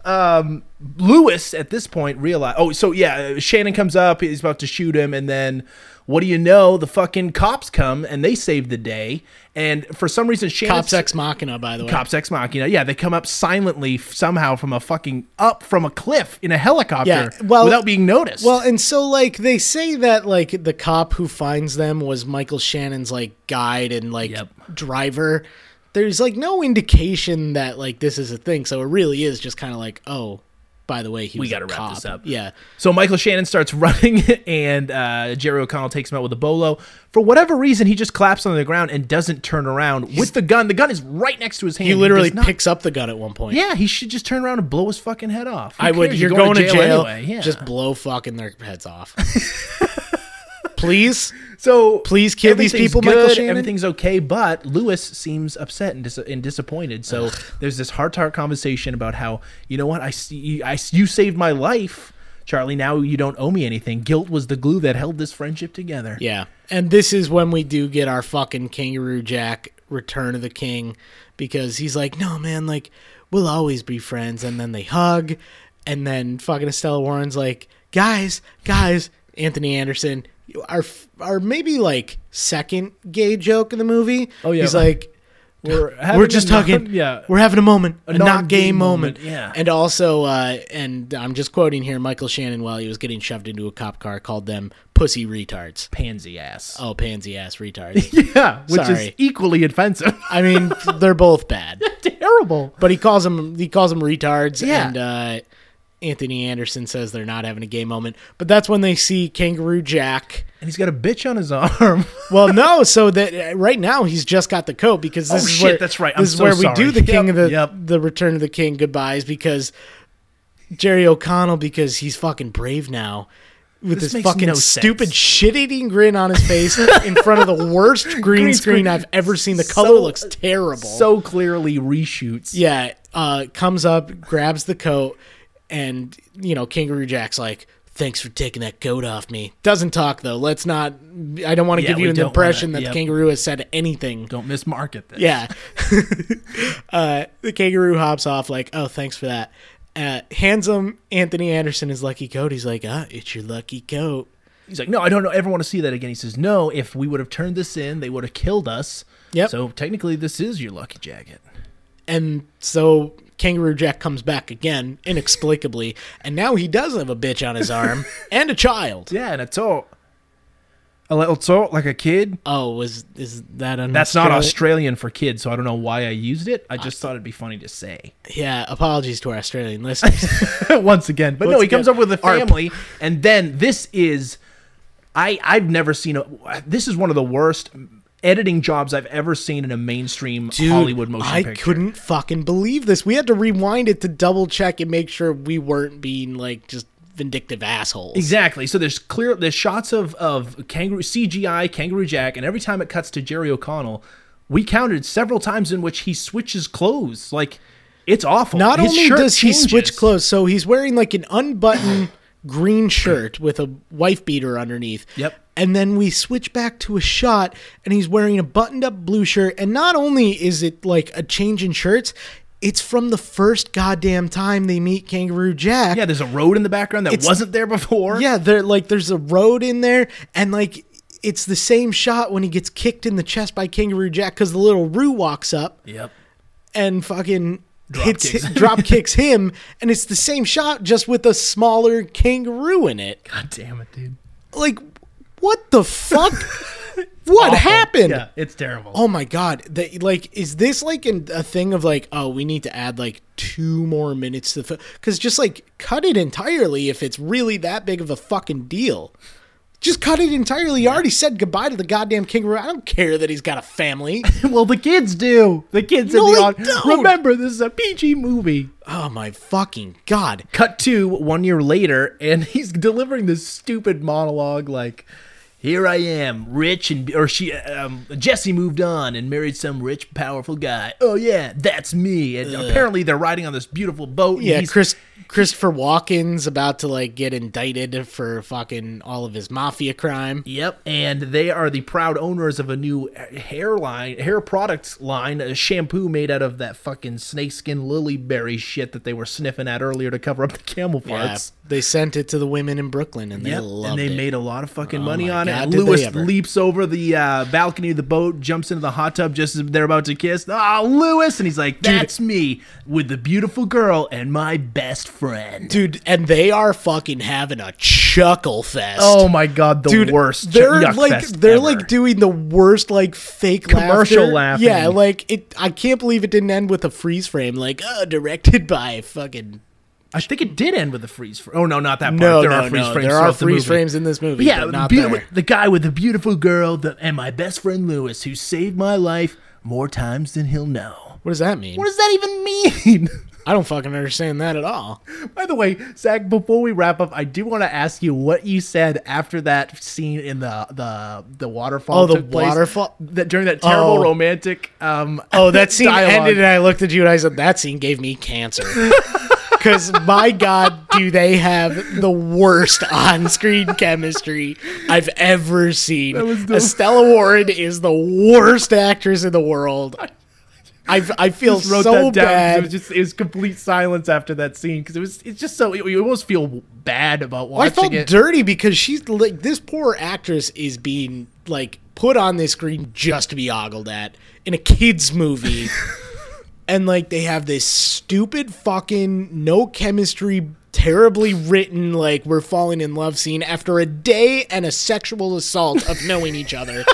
Speaker 5: um, Lewis at this point realized. Oh, so yeah, Shannon comes up. He's about to shoot him, and then what do you know? The fucking cops come and they save the day. And for some reason, Shannon
Speaker 4: Cops Ex Machina, by the way.
Speaker 5: Cops Ex Machina. Yeah, they come up silently f- somehow from a fucking up from a cliff in a helicopter
Speaker 4: Yeah, well-
Speaker 5: without being noticed.
Speaker 4: Well, and so like they say that like the cop who finds them was Michael Shannon's like guide and like
Speaker 5: Yep.
Speaker 4: driver. There's like no indication that like this is a thing, so it really is just kind of like, oh, by the way, he
Speaker 5: we
Speaker 4: was
Speaker 5: got to
Speaker 4: a
Speaker 5: wrap this
Speaker 4: cop.
Speaker 5: up.
Speaker 4: Yeah,
Speaker 5: So Michael Shannon starts running, and uh, Jerry O'Connell takes him out with a bolo. For whatever reason, he just claps on the ground and doesn't turn around with the gun. The gun is right next to his hand.
Speaker 4: he literally
Speaker 5: does not-
Speaker 4: picks up the gun at one point.
Speaker 5: Yeah, he should just turn around and blow his fucking head off. Who
Speaker 4: I would.
Speaker 5: cares?
Speaker 4: You're, going, to jail.
Speaker 5: anyway. Yeah.
Speaker 4: Just blow fucking their heads off. Please,
Speaker 5: so
Speaker 4: please kill these
Speaker 5: everything's
Speaker 4: people, Michael
Speaker 5: good,
Speaker 4: Shannon.
Speaker 5: Everything's okay, but Lewis seems upset and, dis- and disappointed. So there's this heart-to-heart conversation about how you know what I see you, I you saved my life, Charlie. Now you don't owe me anything. Guilt was the glue that held this friendship together.
Speaker 4: Yeah. And this is when we do get our fucking Kangaroo Jack return of the king because he's like, no, man, like, we'll always be friends. And then they hug. And then fucking Estella Warren's like, guys, guys, Anthony Anderson, you- our, f- our maybe like second gay joke in the movie.
Speaker 5: Oh, yeah.
Speaker 4: He's like,
Speaker 5: We're
Speaker 4: we're
Speaker 5: having
Speaker 4: just
Speaker 5: a non-
Speaker 4: hugging.
Speaker 5: yeah.
Speaker 4: We're having a moment, a, not
Speaker 5: non-gay
Speaker 4: gay moment.
Speaker 5: moment, yeah.
Speaker 4: And also, uh, and I'm just quoting here Michael Shannon while he was getting shoved into a cop car called them pussy retards.
Speaker 5: pansy ass.
Speaker 4: Oh, pansy ass retards.
Speaker 5: Yeah, which is
Speaker 4: Sorry.
Speaker 5: equally offensive.
Speaker 4: I mean, they're both bad.
Speaker 5: Terrible.
Speaker 4: But he calls them he calls them retards.
Speaker 5: Yeah.
Speaker 4: And uh, Anthony Anderson says they're not having a gay moment, but that's when they see Kangaroo Jack.
Speaker 5: And he's got a bitch on his arm.
Speaker 4: Well, no, so that uh, right now he's just got the coat because this
Speaker 5: Oh,
Speaker 4: is
Speaker 5: shit,
Speaker 4: where
Speaker 5: that's right. I'm
Speaker 4: This is
Speaker 5: so
Speaker 4: where we
Speaker 5: sorry.
Speaker 4: do the King of
Speaker 5: Yep,
Speaker 4: the
Speaker 5: yep.
Speaker 4: the Return of the King goodbyes because Jerry O'Connell because he's fucking brave now with
Speaker 5: This
Speaker 4: this,
Speaker 5: makes
Speaker 4: fucking
Speaker 5: no
Speaker 4: stupid
Speaker 5: sense.
Speaker 4: shit-eating grin on his face in front of the worst green,
Speaker 5: Green
Speaker 4: screen,
Speaker 5: screen.
Speaker 4: I've ever seen. The color
Speaker 5: So-
Speaker 4: looks terrible.
Speaker 5: so clearly reshoots.
Speaker 4: Yeah, uh, comes up, grabs the coat, and you know, Kangaroo Jack's like, "Thanks for taking that coat off me." Doesn't talk though. Let's not. I don't want to
Speaker 5: Yeah,
Speaker 4: give
Speaker 5: we
Speaker 4: you an
Speaker 5: don't
Speaker 4: impression
Speaker 5: wanna-
Speaker 4: that
Speaker 5: yep.
Speaker 4: the kangaroo has said anything.
Speaker 5: Don't mismarket this.
Speaker 4: Yeah, uh, the kangaroo hops off like, "Oh, thanks for that." Uh, hands him Anthony Anderson his lucky coat. He's like, "Ah, it's your lucky coat."
Speaker 5: He's like, no, I don't know, ever want to see that again. He says, no, if we would have turned this in, they would have killed us.
Speaker 4: Yep.
Speaker 5: So technically, this is your lucky jacket.
Speaker 4: And so Kangaroo Jack comes back again inexplicably, and now he does have a bitch on his arm and a child.
Speaker 5: Yeah, and a tote. A little tote, like a kid.
Speaker 4: Oh, was is that an
Speaker 5: That's not
Speaker 4: Australia-
Speaker 5: Australian for kids, so I don't know why I used it. I just thought it'd be funny to say.
Speaker 4: Yeah, apologies to our Australian listeners.
Speaker 5: Once again, but no,
Speaker 4: Once
Speaker 5: he comes
Speaker 4: again,
Speaker 5: up with a
Speaker 4: ARP.
Speaker 5: family, and then this is, I I've never seen a. This is one of the worst editing jobs I've ever seen in a mainstream Hollywood motion
Speaker 4: I
Speaker 5: picture.
Speaker 4: couldn't fucking believe this. We had to rewind it to double check and make sure we weren't being like just vindictive assholes.
Speaker 5: Exactly. So there's clear there's shots of of kangaroo CGI Kangaroo Jack, and every time it cuts to Jerry O'Connell, we counted several times in which he switches clothes. Like it's awful.
Speaker 4: Not
Speaker 5: His
Speaker 4: only
Speaker 5: shirt
Speaker 4: does he switch
Speaker 5: changes.
Speaker 4: clothes, so he's wearing like an unbuttoned green shirt with a wife beater underneath.
Speaker 5: Yep.
Speaker 4: And then we switch back to a shot and he's wearing a buttoned up blue shirt. And not only is it like a change in shirts, it's from the first goddamn time they meet Kangaroo Jack.
Speaker 5: Yeah, there's a road in the background that
Speaker 4: It's-
Speaker 5: wasn't there before.
Speaker 4: Yeah, there like there's a road in there, and like it's the same shot when he gets kicked in the chest by Kangaroo Jack because the little Roo walks up
Speaker 5: Yep.
Speaker 4: and fucking hits
Speaker 5: kicks.
Speaker 4: hi- drop kicks him, and it's the same shot just with a smaller kangaroo in it.
Speaker 5: God damn it, dude.
Speaker 4: Like, what the fuck? what
Speaker 5: Awful.
Speaker 4: happened?
Speaker 5: Yeah, it's terrible.
Speaker 4: Oh my god! That like is this like an, a thing of like oh we need to add like two more minutes to the because just like cut it entirely if it's really that big of a fucking deal. Just cut it entirely. You already said goodbye to the goddamn kangaroo. I don't care that he's got a family.
Speaker 5: well, the kids do. The kids
Speaker 4: No,
Speaker 5: in the
Speaker 4: they
Speaker 5: audience.
Speaker 4: don't.
Speaker 5: Remember, this is a PG movie.
Speaker 4: oh my fucking god!
Speaker 5: cut to one year later and he's delivering this stupid monologue like here i am rich and or she um, jesse moved on and married some rich powerful guy oh yeah that's me and apparently they're riding on this beautiful boat and
Speaker 4: Yeah,
Speaker 5: he's-
Speaker 4: Chris Christopher Walken's about to like get indicted for fucking all of his mafia crime.
Speaker 5: Yep, and they are the proud owners of a new hairline, hair products line, a shampoo made out of that fucking snakeskin lily berry shit that they were sniffing at earlier to cover up the camel
Speaker 4: Yeah,
Speaker 5: parts.
Speaker 4: they sent it to the women in Brooklyn, and they
Speaker 5: Yep,
Speaker 4: loved
Speaker 5: and they
Speaker 4: it. Oh
Speaker 5: made a lot of fucking money
Speaker 4: my
Speaker 5: on
Speaker 4: God,
Speaker 5: it. And
Speaker 4: did they
Speaker 5: Lewis
Speaker 4: ever.
Speaker 5: leaps over the uh, balcony of the boat, jumps into the hot tub just as they're about to kiss. Ah, Lewis, and he's like, "That's me with the beautiful girl and my best friend."
Speaker 4: dude, and they are fucking having a chuckle fest.
Speaker 5: oh my god, the
Speaker 4: dude,
Speaker 5: worst.
Speaker 4: They're
Speaker 5: yuck
Speaker 4: like
Speaker 5: fest
Speaker 4: they're
Speaker 5: ever.
Speaker 4: like doing the worst like fake
Speaker 5: Commercial
Speaker 4: laughter.
Speaker 5: laughing.
Speaker 4: Yeah, like it. I can't believe it didn't end with a freeze frame. Like, uh, directed by fucking
Speaker 5: I think it did end with a freeze. Fr- oh no, not that part.
Speaker 4: no,
Speaker 5: there
Speaker 4: no,
Speaker 5: are freeze
Speaker 4: no.
Speaker 5: frames.
Speaker 4: there are
Speaker 5: throughout the
Speaker 4: freeze
Speaker 5: movie.
Speaker 4: frames in this movie.
Speaker 5: But yeah,
Speaker 4: but not
Speaker 5: be-
Speaker 4: there.
Speaker 5: the guy with the beautiful girl the, and my best friend Lewis, who saved my life more times than he'll know.
Speaker 4: What does that mean?
Speaker 5: What does that even mean?
Speaker 4: I don't fucking understand that at all.
Speaker 5: By the way, Zach, before we wrap up, I do want to ask you what you said after that scene in the the the waterfall.
Speaker 4: Oh, the
Speaker 5: took place.
Speaker 4: waterfall?
Speaker 5: that during that terrible
Speaker 4: Oh.
Speaker 5: romantic. Um,
Speaker 4: Oh, that scene
Speaker 5: dialogue.
Speaker 4: ended, and I looked at you and I said, "That scene gave me cancer." Because my God, do they have the worst on-screen chemistry I've ever seen?
Speaker 5: was the-
Speaker 4: Estella Warren is the worst actress in the world. I've, I feel
Speaker 5: Just wrote
Speaker 4: so
Speaker 5: that down 'cause
Speaker 4: bad.
Speaker 5: It was just it was complete silence after that scene because it was it's just so you almost feel bad about
Speaker 4: I
Speaker 5: watching
Speaker 4: felt
Speaker 5: it.
Speaker 4: dirty because she's like this poor actress is being like put on this screen just to be ogled at in a kids movie, and like they have this stupid fucking no chemistry, terribly written like we're falling in love scene after a day and a sexual assault of knowing each other.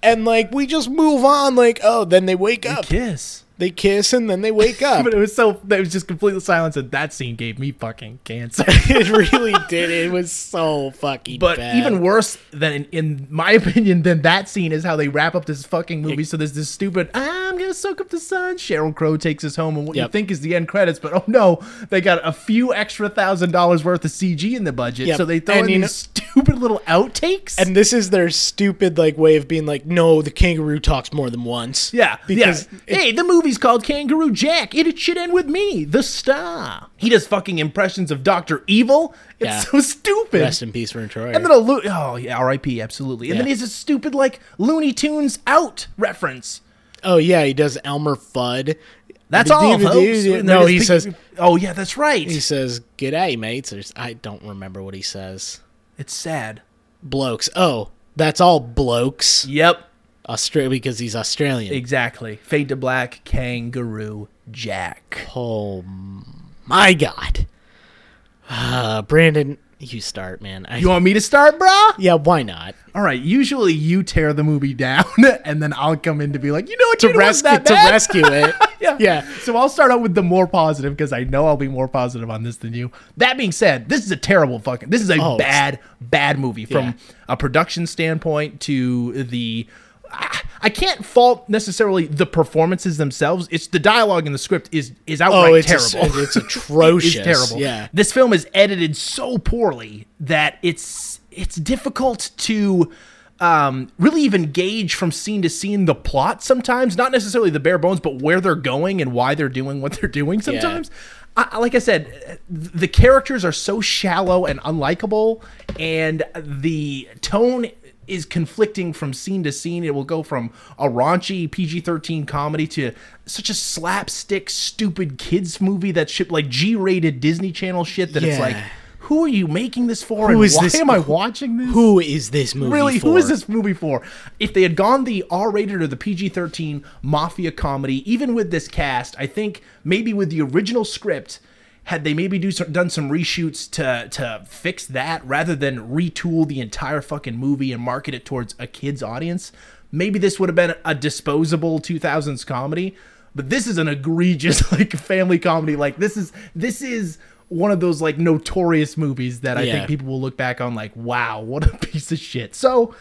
Speaker 4: And like we just move on, like oh, then they wake up,
Speaker 5: Kiss.
Speaker 4: They kiss and then they wake up.
Speaker 5: But it was so it was just complete silence, and that scene gave me fucking cancer.
Speaker 4: it really did. It was so fucking
Speaker 5: But
Speaker 4: bad.
Speaker 5: even worse than, in, in my opinion, than that scene is how they wrap up this fucking movie. So there's this stupid, I'm gonna soak up the sun. Cheryl Crow takes us home, and what you
Speaker 4: Yep.
Speaker 5: think is the end credits, but oh no, they got a few extra thousand dollars worth of CG in the budget.
Speaker 4: Yep.
Speaker 5: So they throw
Speaker 4: And
Speaker 5: in
Speaker 4: you
Speaker 5: these stupid little outtakes.
Speaker 4: and this is their stupid like way of being like, no, the kangaroo talks more than once.
Speaker 5: yeah,
Speaker 4: because
Speaker 5: yeah.
Speaker 4: it-
Speaker 5: hey, the movie's called Kangaroo Jack. It should end with me, the star. He does fucking impressions of Doctor Evil. It's
Speaker 4: Yeah.
Speaker 5: so stupid.
Speaker 4: rest in peace, Vern Troyer.
Speaker 5: And then a lo- oh yeah, R.I.P. Absolutely. And then
Speaker 4: Yeah.
Speaker 5: he's a stupid like Looney Tunes out reference.
Speaker 4: oh yeah, he does Elmer Fudd.
Speaker 5: That's all, folks.
Speaker 4: No, he says
Speaker 5: Oh yeah, that's right.
Speaker 4: he says, "G'day, mates." Or, s- I don't remember what he says.
Speaker 5: it's sad.
Speaker 4: Blokes. Oh, that's all blokes.
Speaker 5: Yep,
Speaker 4: Australia because he's Australian.
Speaker 5: exactly. Fade to black. Kangaroo Jack.
Speaker 4: Oh my god. Uh, Brandon, you start, man. I,
Speaker 5: You want me to start, brah?
Speaker 4: yeah, why not?
Speaker 5: All right. Usually you tear the movie down, and then I'll come in to be like, you know what,
Speaker 4: To
Speaker 5: you
Speaker 4: rescue
Speaker 5: that
Speaker 4: to
Speaker 5: bad?
Speaker 4: rescue it.
Speaker 5: yeah.
Speaker 4: Yeah.
Speaker 5: So I'll start out with the more positive because I know I'll be more positive on this than you. That being said, this is a terrible fucking. This is a
Speaker 4: Oh, it's-
Speaker 5: bad, bad movie from
Speaker 4: Yeah.
Speaker 5: a production standpoint to the. I I can't fault necessarily the performances themselves. It's the dialogue in the script is is outright
Speaker 4: Oh, it's
Speaker 5: terrible.
Speaker 4: A, it's atrocious.
Speaker 5: It's terrible.
Speaker 4: Yeah.
Speaker 5: This film is edited so poorly that it's it's difficult to um, really even gauge from scene to scene the plot sometimes, not necessarily the bare bones, but where they're going and why they're doing what they're doing sometimes. I, I- like I said, th- the characters are so shallow and unlikable, and the tone is conflicting from scene to scene. It will go from a raunchy PG 13 comedy to such a slapstick, stupid kids movie that shit like G rated Disney Channel shit that it's
Speaker 4: Yeah.
Speaker 5: like, who are you making this for?
Speaker 4: Who
Speaker 5: and
Speaker 4: is
Speaker 5: why
Speaker 4: this-
Speaker 5: am I watching this?
Speaker 4: Who is this movie?
Speaker 5: really
Speaker 4: for?
Speaker 5: who is this movie for if they had gone the r-rated or the pg-13 mafia comedy even with this cast i think maybe with the original script had they maybe do some, done some reshoots to to fix that rather than retool the entire fucking movie and market it towards a kids audience maybe this would have been a disposable 2000s comedy but this is an egregious like family comedy like this is this is one of those like notorious movies that i
Speaker 4: Yeah.
Speaker 5: think people people will look back on like, wow, what a piece of shit. So,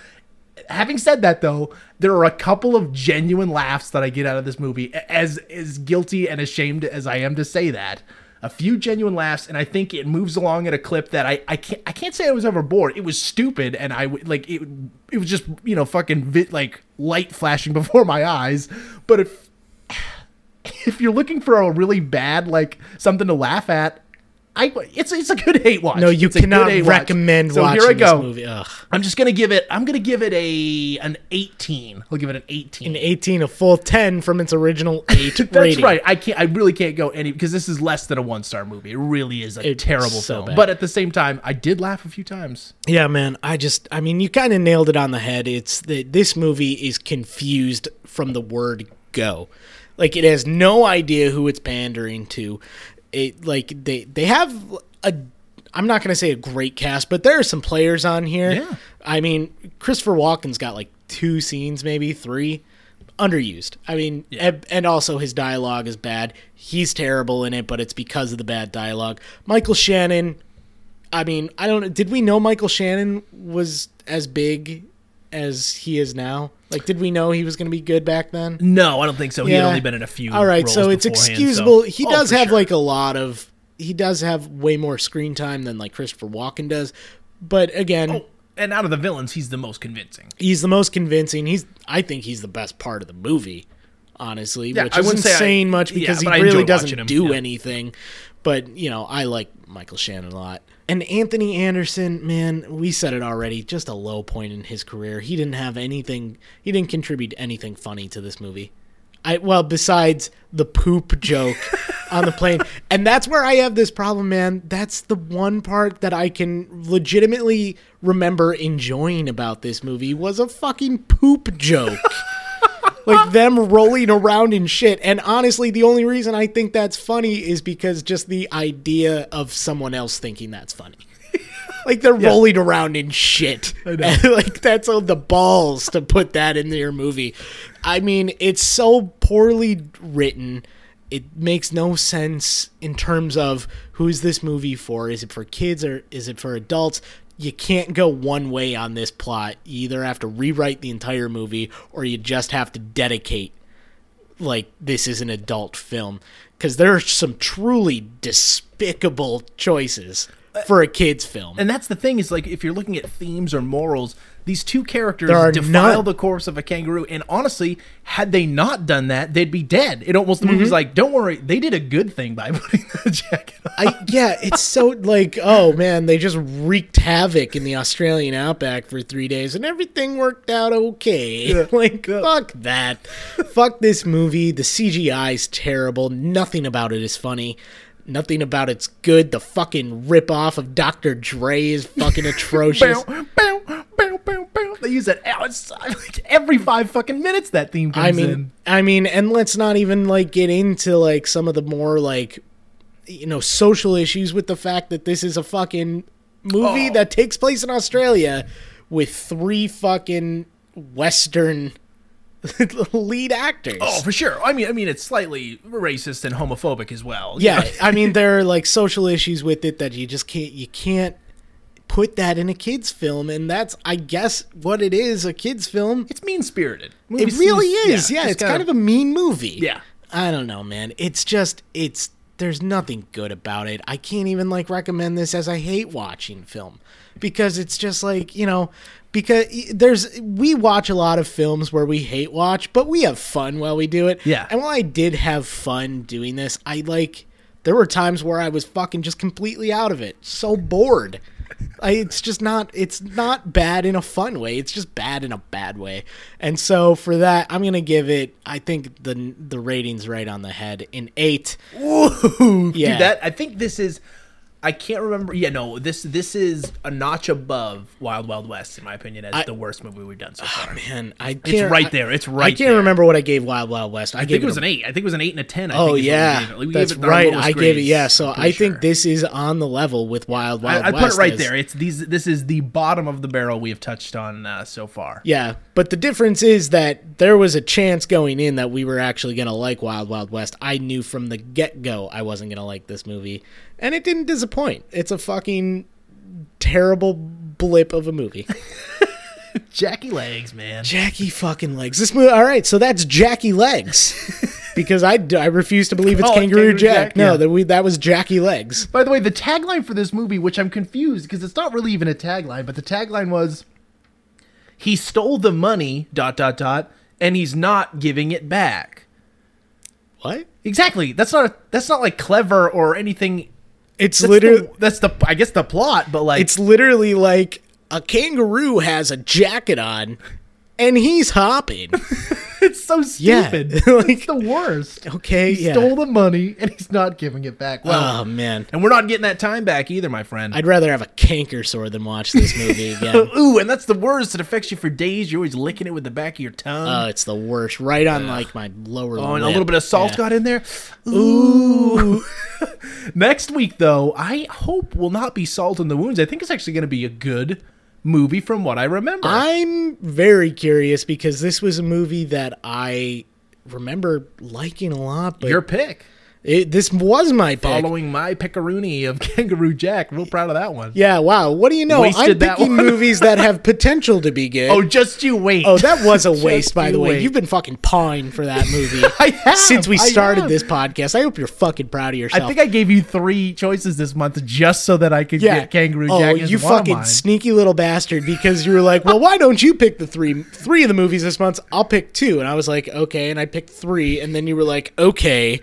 Speaker 5: having said that, though, there are a couple of genuine laughs that I get out of this movie. a- As as guilty and ashamed as I am to say that, a few genuine laughs, and I think it moves along at a clip that I I can't I can't say I was ever bored. It was stupid, and I w- like it. It was just you know fucking vi- like light flashing before my eyes, but if if you're looking for a really bad like something to laugh at, I it's it's a good hate watch.
Speaker 4: No, you
Speaker 5: It's a good
Speaker 4: cannot
Speaker 5: hate watch.
Speaker 4: recommend
Speaker 5: So
Speaker 4: watching
Speaker 5: here I go.
Speaker 4: this movie. Ugh.
Speaker 5: I'm just gonna give it. I'm gonna give it a an 18. I'll give it an 18.
Speaker 4: An 18, a full 10 from its original 8
Speaker 5: That's
Speaker 4: rating.
Speaker 5: right. I can't. I really can't go any because this is less than a one star movie. It really is a
Speaker 4: It's
Speaker 5: terrible
Speaker 4: so
Speaker 5: film.
Speaker 4: bad.
Speaker 5: But at the same time, I did laugh a few times.
Speaker 4: Yeah, man. I just, I mean, you kind of nailed it on the head. It's that this movie is confused from the word go. Like, it has no idea who it's pandering to. It, like, they, they have a, I'm not going to say a great cast, but there are some players on here.
Speaker 5: Yeah.
Speaker 4: I mean, Christopher Walken's got like two scenes, maybe three, underused. I mean, and, and also his dialogue is bad. He's terrible in it, but it's because of the bad dialogue. Michael Shannon, I mean, I don't. Did we know Michael Shannon was as big as he is now? Like, did we know he was going to be good back then?
Speaker 5: No, I don't think so. He had
Speaker 4: Yeah.
Speaker 5: only been in a few.
Speaker 4: All right,
Speaker 5: roles
Speaker 4: so it's
Speaker 5: beforehand, so-
Speaker 4: excusable. He
Speaker 5: Oh,
Speaker 4: does
Speaker 5: for
Speaker 4: have
Speaker 5: sure.
Speaker 4: like a lot of. He does have way more screen time than like Christopher Walken does, but again,
Speaker 5: Oh. And out of the villains, he's the most convincing.
Speaker 4: he's the most convincing. He's I think he's the best part of the movie, honestly.
Speaker 5: Yeah,
Speaker 4: which
Speaker 5: I
Speaker 4: I
Speaker 5: wouldn't
Speaker 4: isn't
Speaker 5: say I-
Speaker 4: saying much
Speaker 5: yeah,
Speaker 4: because
Speaker 5: but I
Speaker 4: he
Speaker 5: enjoy
Speaker 4: really
Speaker 5: watching
Speaker 4: doesn't
Speaker 5: him,
Speaker 4: do
Speaker 5: yeah.
Speaker 4: anything. But you know, I like Michael Shannon a lot. And Anthony Anderson, man, we said it already. Just a low point in his career. He didn't have anything. He didn't contribute anything funny to this movie. I well, besides the poop joke on the plane. And that's where I have this problem, man. That's the one part that I can legitimately remember enjoying about this movie was a fucking poop joke. like them rolling around in shit. And honestly, the only reason I think that's funny is because just the idea of someone else thinking that's funny. Like they're rolling around in shit. like that's all the balls to put that in your movie. I mean, it's so poorly written. It makes no sense in terms of who is this movie for? Is it for kids or is it for adults? You can't go one way on this plot. You either have to rewrite the entire movie or you just have to dedicate like this is an adult film because there are some truly despicable choices for a kids film.
Speaker 5: And that's the thing is like if you're looking at themes or morals, these two characters
Speaker 4: There are
Speaker 5: defile
Speaker 4: none.
Speaker 5: the corpse of a kangaroo. And honestly, had they not done that, they'd be dead. It almost the
Speaker 4: Mm-hmm.
Speaker 5: movie's like, don't worry, they did a good thing by putting the jacket on.
Speaker 4: I yeah, it's so like oh man, they just wreaked havoc in the Australian outback for three days, and everything worked out okay. like fuck that, fuck this movie. The CGI's terrible. Nothing about it is funny. Nothing about it's good. The fucking ripoff of Dr. Dre is fucking atrocious.
Speaker 5: Bow, bow, bow, bow, bow. They use that outside like every five fucking minutes. That theme comes
Speaker 4: I mean,
Speaker 5: in.
Speaker 4: I mean, and let's not even like get into like some of the more like you know social issues with the fact that this is a fucking
Speaker 5: Oh.
Speaker 4: movie that takes place in Australia with three fucking Western lead actors.
Speaker 5: Oh, for sure. I mean, I mean, it's slightly racist and homophobic as well.
Speaker 4: yeah, I mean, there are like social issues with it that you just can't you can't put that in a kids film, and that's I guess what it is a kids film.
Speaker 5: it's mean spirited.
Speaker 4: It really is. Yeah, it's kind of, a mean movie.
Speaker 5: Yeah.
Speaker 4: I don't know, man. It's just it's there's nothing good about it. I can't even like recommend this as I hate watching film because it's just like, you know, because y- there's we watch a lot of films where we hate watch, but we have fun while we do it.
Speaker 5: Yeah.
Speaker 4: And while I did have fun doing this, I like there were times where I was fucking just completely out of it. So bored. I, it's just not it's not bad in a fun way. It's just bad in a bad way. And so for that, I'm going to give it I think the the ratings right on the head in 8.
Speaker 5: Ooh,
Speaker 4: Yeah.
Speaker 5: dude, that I think this is. I can't remember. Yeah, no, this this is a notch above Wild Wild West, in my opinion, as
Speaker 4: I-
Speaker 5: the worst movie we've done so far. I
Speaker 4: Man, I can't,
Speaker 5: right there. It's
Speaker 4: I
Speaker 5: right
Speaker 4: can't
Speaker 5: there.
Speaker 4: remember what I gave Wild Wild West. I,
Speaker 5: think
Speaker 4: gave
Speaker 5: it was
Speaker 4: a-
Speaker 5: an eight. I think it was an eight and a ten. I
Speaker 4: Oh
Speaker 5: think is what we
Speaker 4: yeah,
Speaker 5: gave it. We gave
Speaker 4: that's
Speaker 5: it our
Speaker 4: right.
Speaker 5: lowest
Speaker 4: I gave it
Speaker 5: grades,
Speaker 4: yeah. So
Speaker 5: I'm
Speaker 4: I
Speaker 5: pretty
Speaker 4: think
Speaker 5: sure.
Speaker 4: this is on the level with Wild Wild
Speaker 5: I, I
Speaker 4: West.
Speaker 5: put it right
Speaker 4: as-
Speaker 5: there. It's these. This is the bottom of the barrel we have touched on uh, so far.
Speaker 4: Yeah, but the difference is that there was a chance going in that we were actually going to like Wild Wild West. I knew from the get go I wasn't going to like this movie, and it didn't disappoint. It's a fucking terrible blip of a movie.
Speaker 5: Jackie Legs, man.
Speaker 4: Jackie fucking legs. This movie. All right, so that's Jackie legs, because I, d- I refuse to believe it's
Speaker 5: Oh,
Speaker 4: Kangaroo,
Speaker 5: Kangaroo
Speaker 4: Jack.
Speaker 5: Jack,
Speaker 4: No,
Speaker 5: yeah.
Speaker 4: that we that was Jackie legs.
Speaker 6: By the way, the tagline for this movie, which I'm confused because it's not really even a tagline, but the tagline was
Speaker 5: He stole the money. Dot dot dot. And he's not giving it back.
Speaker 4: What?
Speaker 5: Exactly. That's not. A, that's not like clever or anything.
Speaker 4: It's
Speaker 5: That's
Speaker 4: literally
Speaker 5: The, that's the. I guess the plot, but like
Speaker 4: It's literally like a kangaroo has a jacket on and he's hopping.
Speaker 5: it's so
Speaker 4: Yeah. like,
Speaker 6: the worst.
Speaker 4: okay,
Speaker 6: He
Speaker 4: yeah.
Speaker 6: stole the money and he's not giving it back. Well,
Speaker 4: oh, man.
Speaker 5: And we're not getting that time back either, my friend.
Speaker 4: I'd rather have a canker sore than watch this movie again.
Speaker 5: Ooh, and that's the worst. It affects you for days. You're always licking it with the back of your tongue.
Speaker 4: Oh, it's the worst. Right on like my lower
Speaker 5: Oh, and a little bit of salt got in there. Ooh. Next week, though, I hope will not be salt in the wounds. I think it's actually going to be a good movie from what I remember.
Speaker 4: I'm very curious because this was a movie that I remember liking a lot, but
Speaker 5: Your pick.
Speaker 4: it, this was my pick.
Speaker 5: Following my pickaroonie of Kangaroo Jack. Real proud of that one.
Speaker 4: Yeah, wow. What do you know? I'm
Speaker 5: Wasted that
Speaker 4: picking
Speaker 5: one.
Speaker 4: movies that have potential to be good.
Speaker 5: Oh, just you wait.
Speaker 4: Oh, that was a waste,
Speaker 5: Just
Speaker 4: by
Speaker 5: you
Speaker 4: the way.
Speaker 5: wait.
Speaker 4: You've been fucking pawing for that movie
Speaker 5: I have,
Speaker 4: since we
Speaker 5: I
Speaker 4: started
Speaker 5: have.
Speaker 4: this podcast. I hope you're fucking proud of yourself.
Speaker 5: I think I gave you three choices this month just so that I could get Kangaroo
Speaker 4: oh,
Speaker 5: Jack. as
Speaker 4: you
Speaker 5: one of
Speaker 4: fucking
Speaker 5: mine.
Speaker 4: sneaky little bastard! Because you were like, "Well, why don't you pick the three three of the movies this month? I'll pick two. And I was like, "Okay," and I picked three. And then you were like, "Okay."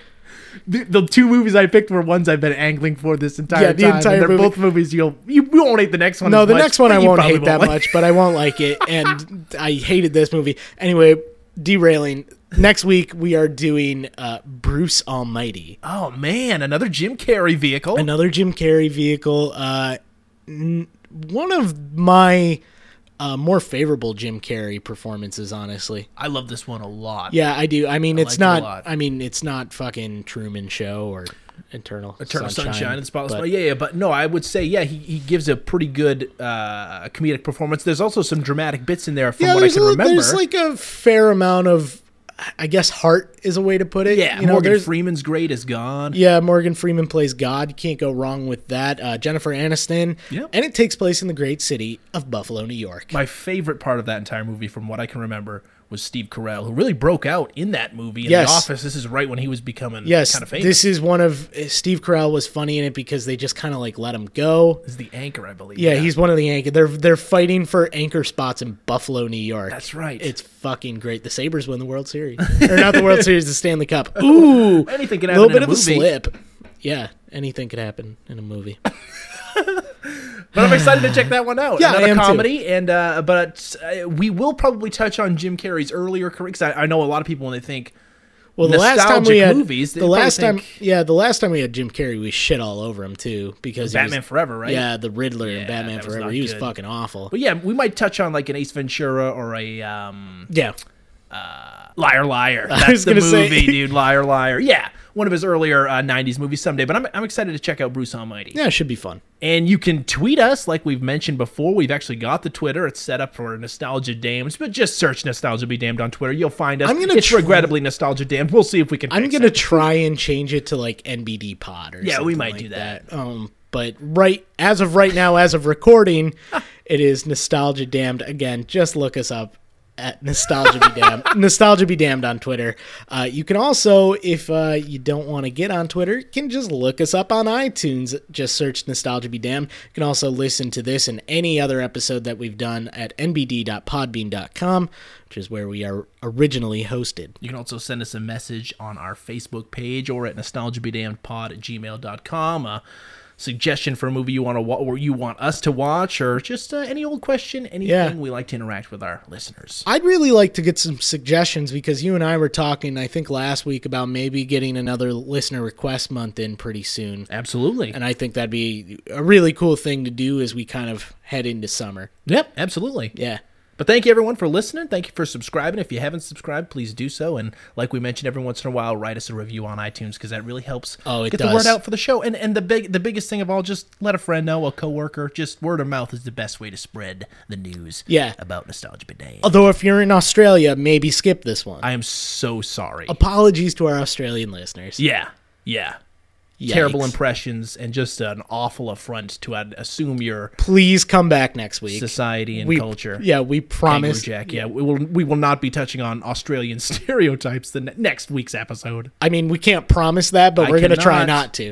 Speaker 5: the, the two movies I picked were ones I've been angling for this entire
Speaker 4: Yeah, the
Speaker 5: time. and
Speaker 4: entire
Speaker 5: they're
Speaker 4: movie.
Speaker 5: both movies you'll you, you won't hate the next one.
Speaker 4: No,
Speaker 5: as
Speaker 4: the
Speaker 5: much,
Speaker 4: next one
Speaker 5: but
Speaker 4: I
Speaker 5: you
Speaker 4: won't
Speaker 5: probably
Speaker 4: hate that
Speaker 5: like-
Speaker 4: much, but I won't like it. And I hated this movie anyway. Derailing. Next week we are doing uh, Bruce Almighty.
Speaker 5: Oh man, another Jim Carrey vehicle.
Speaker 4: another Jim Carrey vehicle. Uh, n- one of my uh, more favorable Jim Carrey performances, honestly.
Speaker 5: I love this one a lot.
Speaker 4: Yeah, I do. I mean, it's
Speaker 5: liked it a lot.
Speaker 4: not. I mean, it's not fucking Truman Show or Eternal
Speaker 5: Eternal Sunshine, and Spotless
Speaker 4: but-
Speaker 5: Mind. Yeah, yeah, but no, I would say yeah, he, he gives a pretty good uh, comedic performance. There's also some dramatic bits in there from what I
Speaker 4: there's
Speaker 5: can
Speaker 4: a-
Speaker 5: remember.
Speaker 4: There's like a fair amount of, I guess, heart is a way to put it.
Speaker 5: yeah,
Speaker 4: you know,
Speaker 5: Morgan
Speaker 4: there's-
Speaker 5: Freeman's great is gone.
Speaker 4: Yeah, Morgan Freeman plays God. Can't go wrong with that. Uh, Jennifer Aniston.
Speaker 5: Yep.
Speaker 4: And it takes place in the great city of Buffalo, New York.
Speaker 5: My favorite part of that entire movie, from what I can remember, was Steve Carell, who really broke out in that movie in
Speaker 4: Yes.
Speaker 5: The Office. This is right when he was becoming
Speaker 4: yes,
Speaker 5: kind of famous.
Speaker 4: this is one of Steve Carell was funny in it because they just kind of like let him go.
Speaker 5: is the anchor, I believe.
Speaker 4: Yeah, he's one of the anchor. They're they're fighting for anchor spots in Buffalo, New York.
Speaker 5: That's right.
Speaker 4: It's fucking great. The Sabers win the World Series, or not the World Series, the Stanley Cup. Ooh,
Speaker 5: Anything can
Speaker 4: a
Speaker 5: happen
Speaker 4: little bit
Speaker 5: in a
Speaker 4: of
Speaker 5: movie.
Speaker 4: a slip. Yeah, anything could happen in a movie.
Speaker 5: But I'm excited to check that one out.
Speaker 4: Yeah, I
Speaker 5: Another
Speaker 4: am too.
Speaker 5: comedy, and uh, but uh, we will probably touch on Jim Carrey's earlier career because I, I know a lot of people when they think
Speaker 4: Well, the last time we
Speaker 5: Nostalgic
Speaker 4: had
Speaker 5: movies, they
Speaker 4: the
Speaker 5: probably
Speaker 4: last time,
Speaker 5: think-
Speaker 4: yeah, the last time we had Jim Carrey, we shit all over him too because he was-
Speaker 5: Batman Forever, right?
Speaker 4: Yeah, the Riddler and Batman
Speaker 5: that was
Speaker 4: Forever.
Speaker 5: not
Speaker 4: He was
Speaker 5: good.
Speaker 4: fucking awful.
Speaker 5: But yeah, we might touch on like an Ace Ventura or a um,
Speaker 4: Yeah,
Speaker 5: Liar Liar. That's
Speaker 4: was
Speaker 5: the
Speaker 4: gonna say-
Speaker 5: movie, dude. Liar Liar. Yeah, one of his earlier uh, '90s movies someday. But I'm, I'm excited to check out Bruce Almighty.
Speaker 4: yeah, it should be fun.
Speaker 5: And you can tweet us, like we've mentioned before. We've actually got the Twitter. It's set up for Nostalgia Damned, but just search Nostalgia Be Damned on Twitter. You'll find us.
Speaker 4: I'm gonna
Speaker 5: it's
Speaker 4: tr-
Speaker 5: regrettably Nostalgia Damned. We'll see if we can.
Speaker 4: I'm
Speaker 5: fix
Speaker 4: gonna
Speaker 5: it.
Speaker 4: try and change it to like NBD Pod or
Speaker 5: Yeah, we
Speaker 4: something
Speaker 5: might
Speaker 4: like
Speaker 5: do that.
Speaker 4: Um, but right as of right now, as of recording, it is Nostalgia Damned again. Just look us up at Nostalgia Be Damned. Nostalgia Be Damned on Twitter. Uh, you can also, if uh, you don't want to get on Twitter, you can just look us up on iTunes. Just search Nostalgia Be Damned. You can also listen to this and any other episode that we've done at nbd.podbean.com, which is where we are originally hosted.
Speaker 5: You can also send us a message on our Facebook page or at nostalgiabedamnedpod at gmail.com. A suggestion for a movie you want to wa- or you want us to watch, or just uh, any old question, anything.
Speaker 4: Yeah.
Speaker 5: We like to interact with our listeners.
Speaker 4: I'd really like to get some suggestions because you and I were talking, I think last week, about maybe getting another listener request month in pretty soon.
Speaker 5: Absolutely.
Speaker 4: And I think that'd be a really cool thing to do as we kind of head into summer.
Speaker 5: yep, absolutely.
Speaker 4: Yeah.
Speaker 5: But thank you everyone for listening. Thank you for subscribing. If you haven't subscribed, please do so. And like we mentioned every once in a while, write us a review on iTunes because that really helps
Speaker 4: Oh, it
Speaker 5: get the
Speaker 4: does.
Speaker 5: word out for the show. And and the big the biggest thing of all, just let a friend know, a coworker. Just word of mouth is the best way to spread the news
Speaker 4: Yeah.
Speaker 5: about nostalgia bidet.
Speaker 4: Although, if you're in Australia, maybe skip this one.
Speaker 5: I am so sorry.
Speaker 4: Apologies to our Australian listeners.
Speaker 5: yeah. Yeah.
Speaker 4: Yikes.
Speaker 5: Terrible impressions and just an awful affront to I'd assume your
Speaker 4: Please come back next week.
Speaker 5: society and
Speaker 4: We-
Speaker 5: culture.
Speaker 4: Yeah, we
Speaker 5: Kangaroo
Speaker 4: promise.
Speaker 5: Jack. Yeah, we will we will not be touching on Australian stereotypes the ne- next week's episode.
Speaker 4: I mean, we can't promise that, but
Speaker 5: I
Speaker 4: we're going to try
Speaker 5: cannot.
Speaker 4: not to.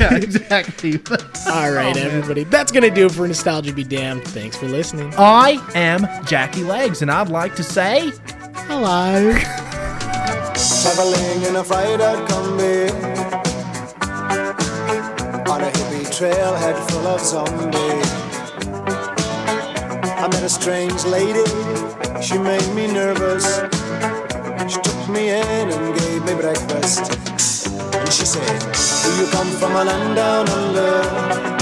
Speaker 5: yeah, exactly.
Speaker 4: All
Speaker 5: Oh,
Speaker 4: right, everybody. That's going to do it for Nostalgia Be Damned. Thanks for listening.
Speaker 5: I am Jackie Legs, and I'd like to say.
Speaker 4: Hello.
Speaker 7: traveling in a fried out combi on a hippie trailhead full of zombies. I met a strange lady, she made me nervous. She took me in and gave me breakfast. And she said, Do you come from a land down under?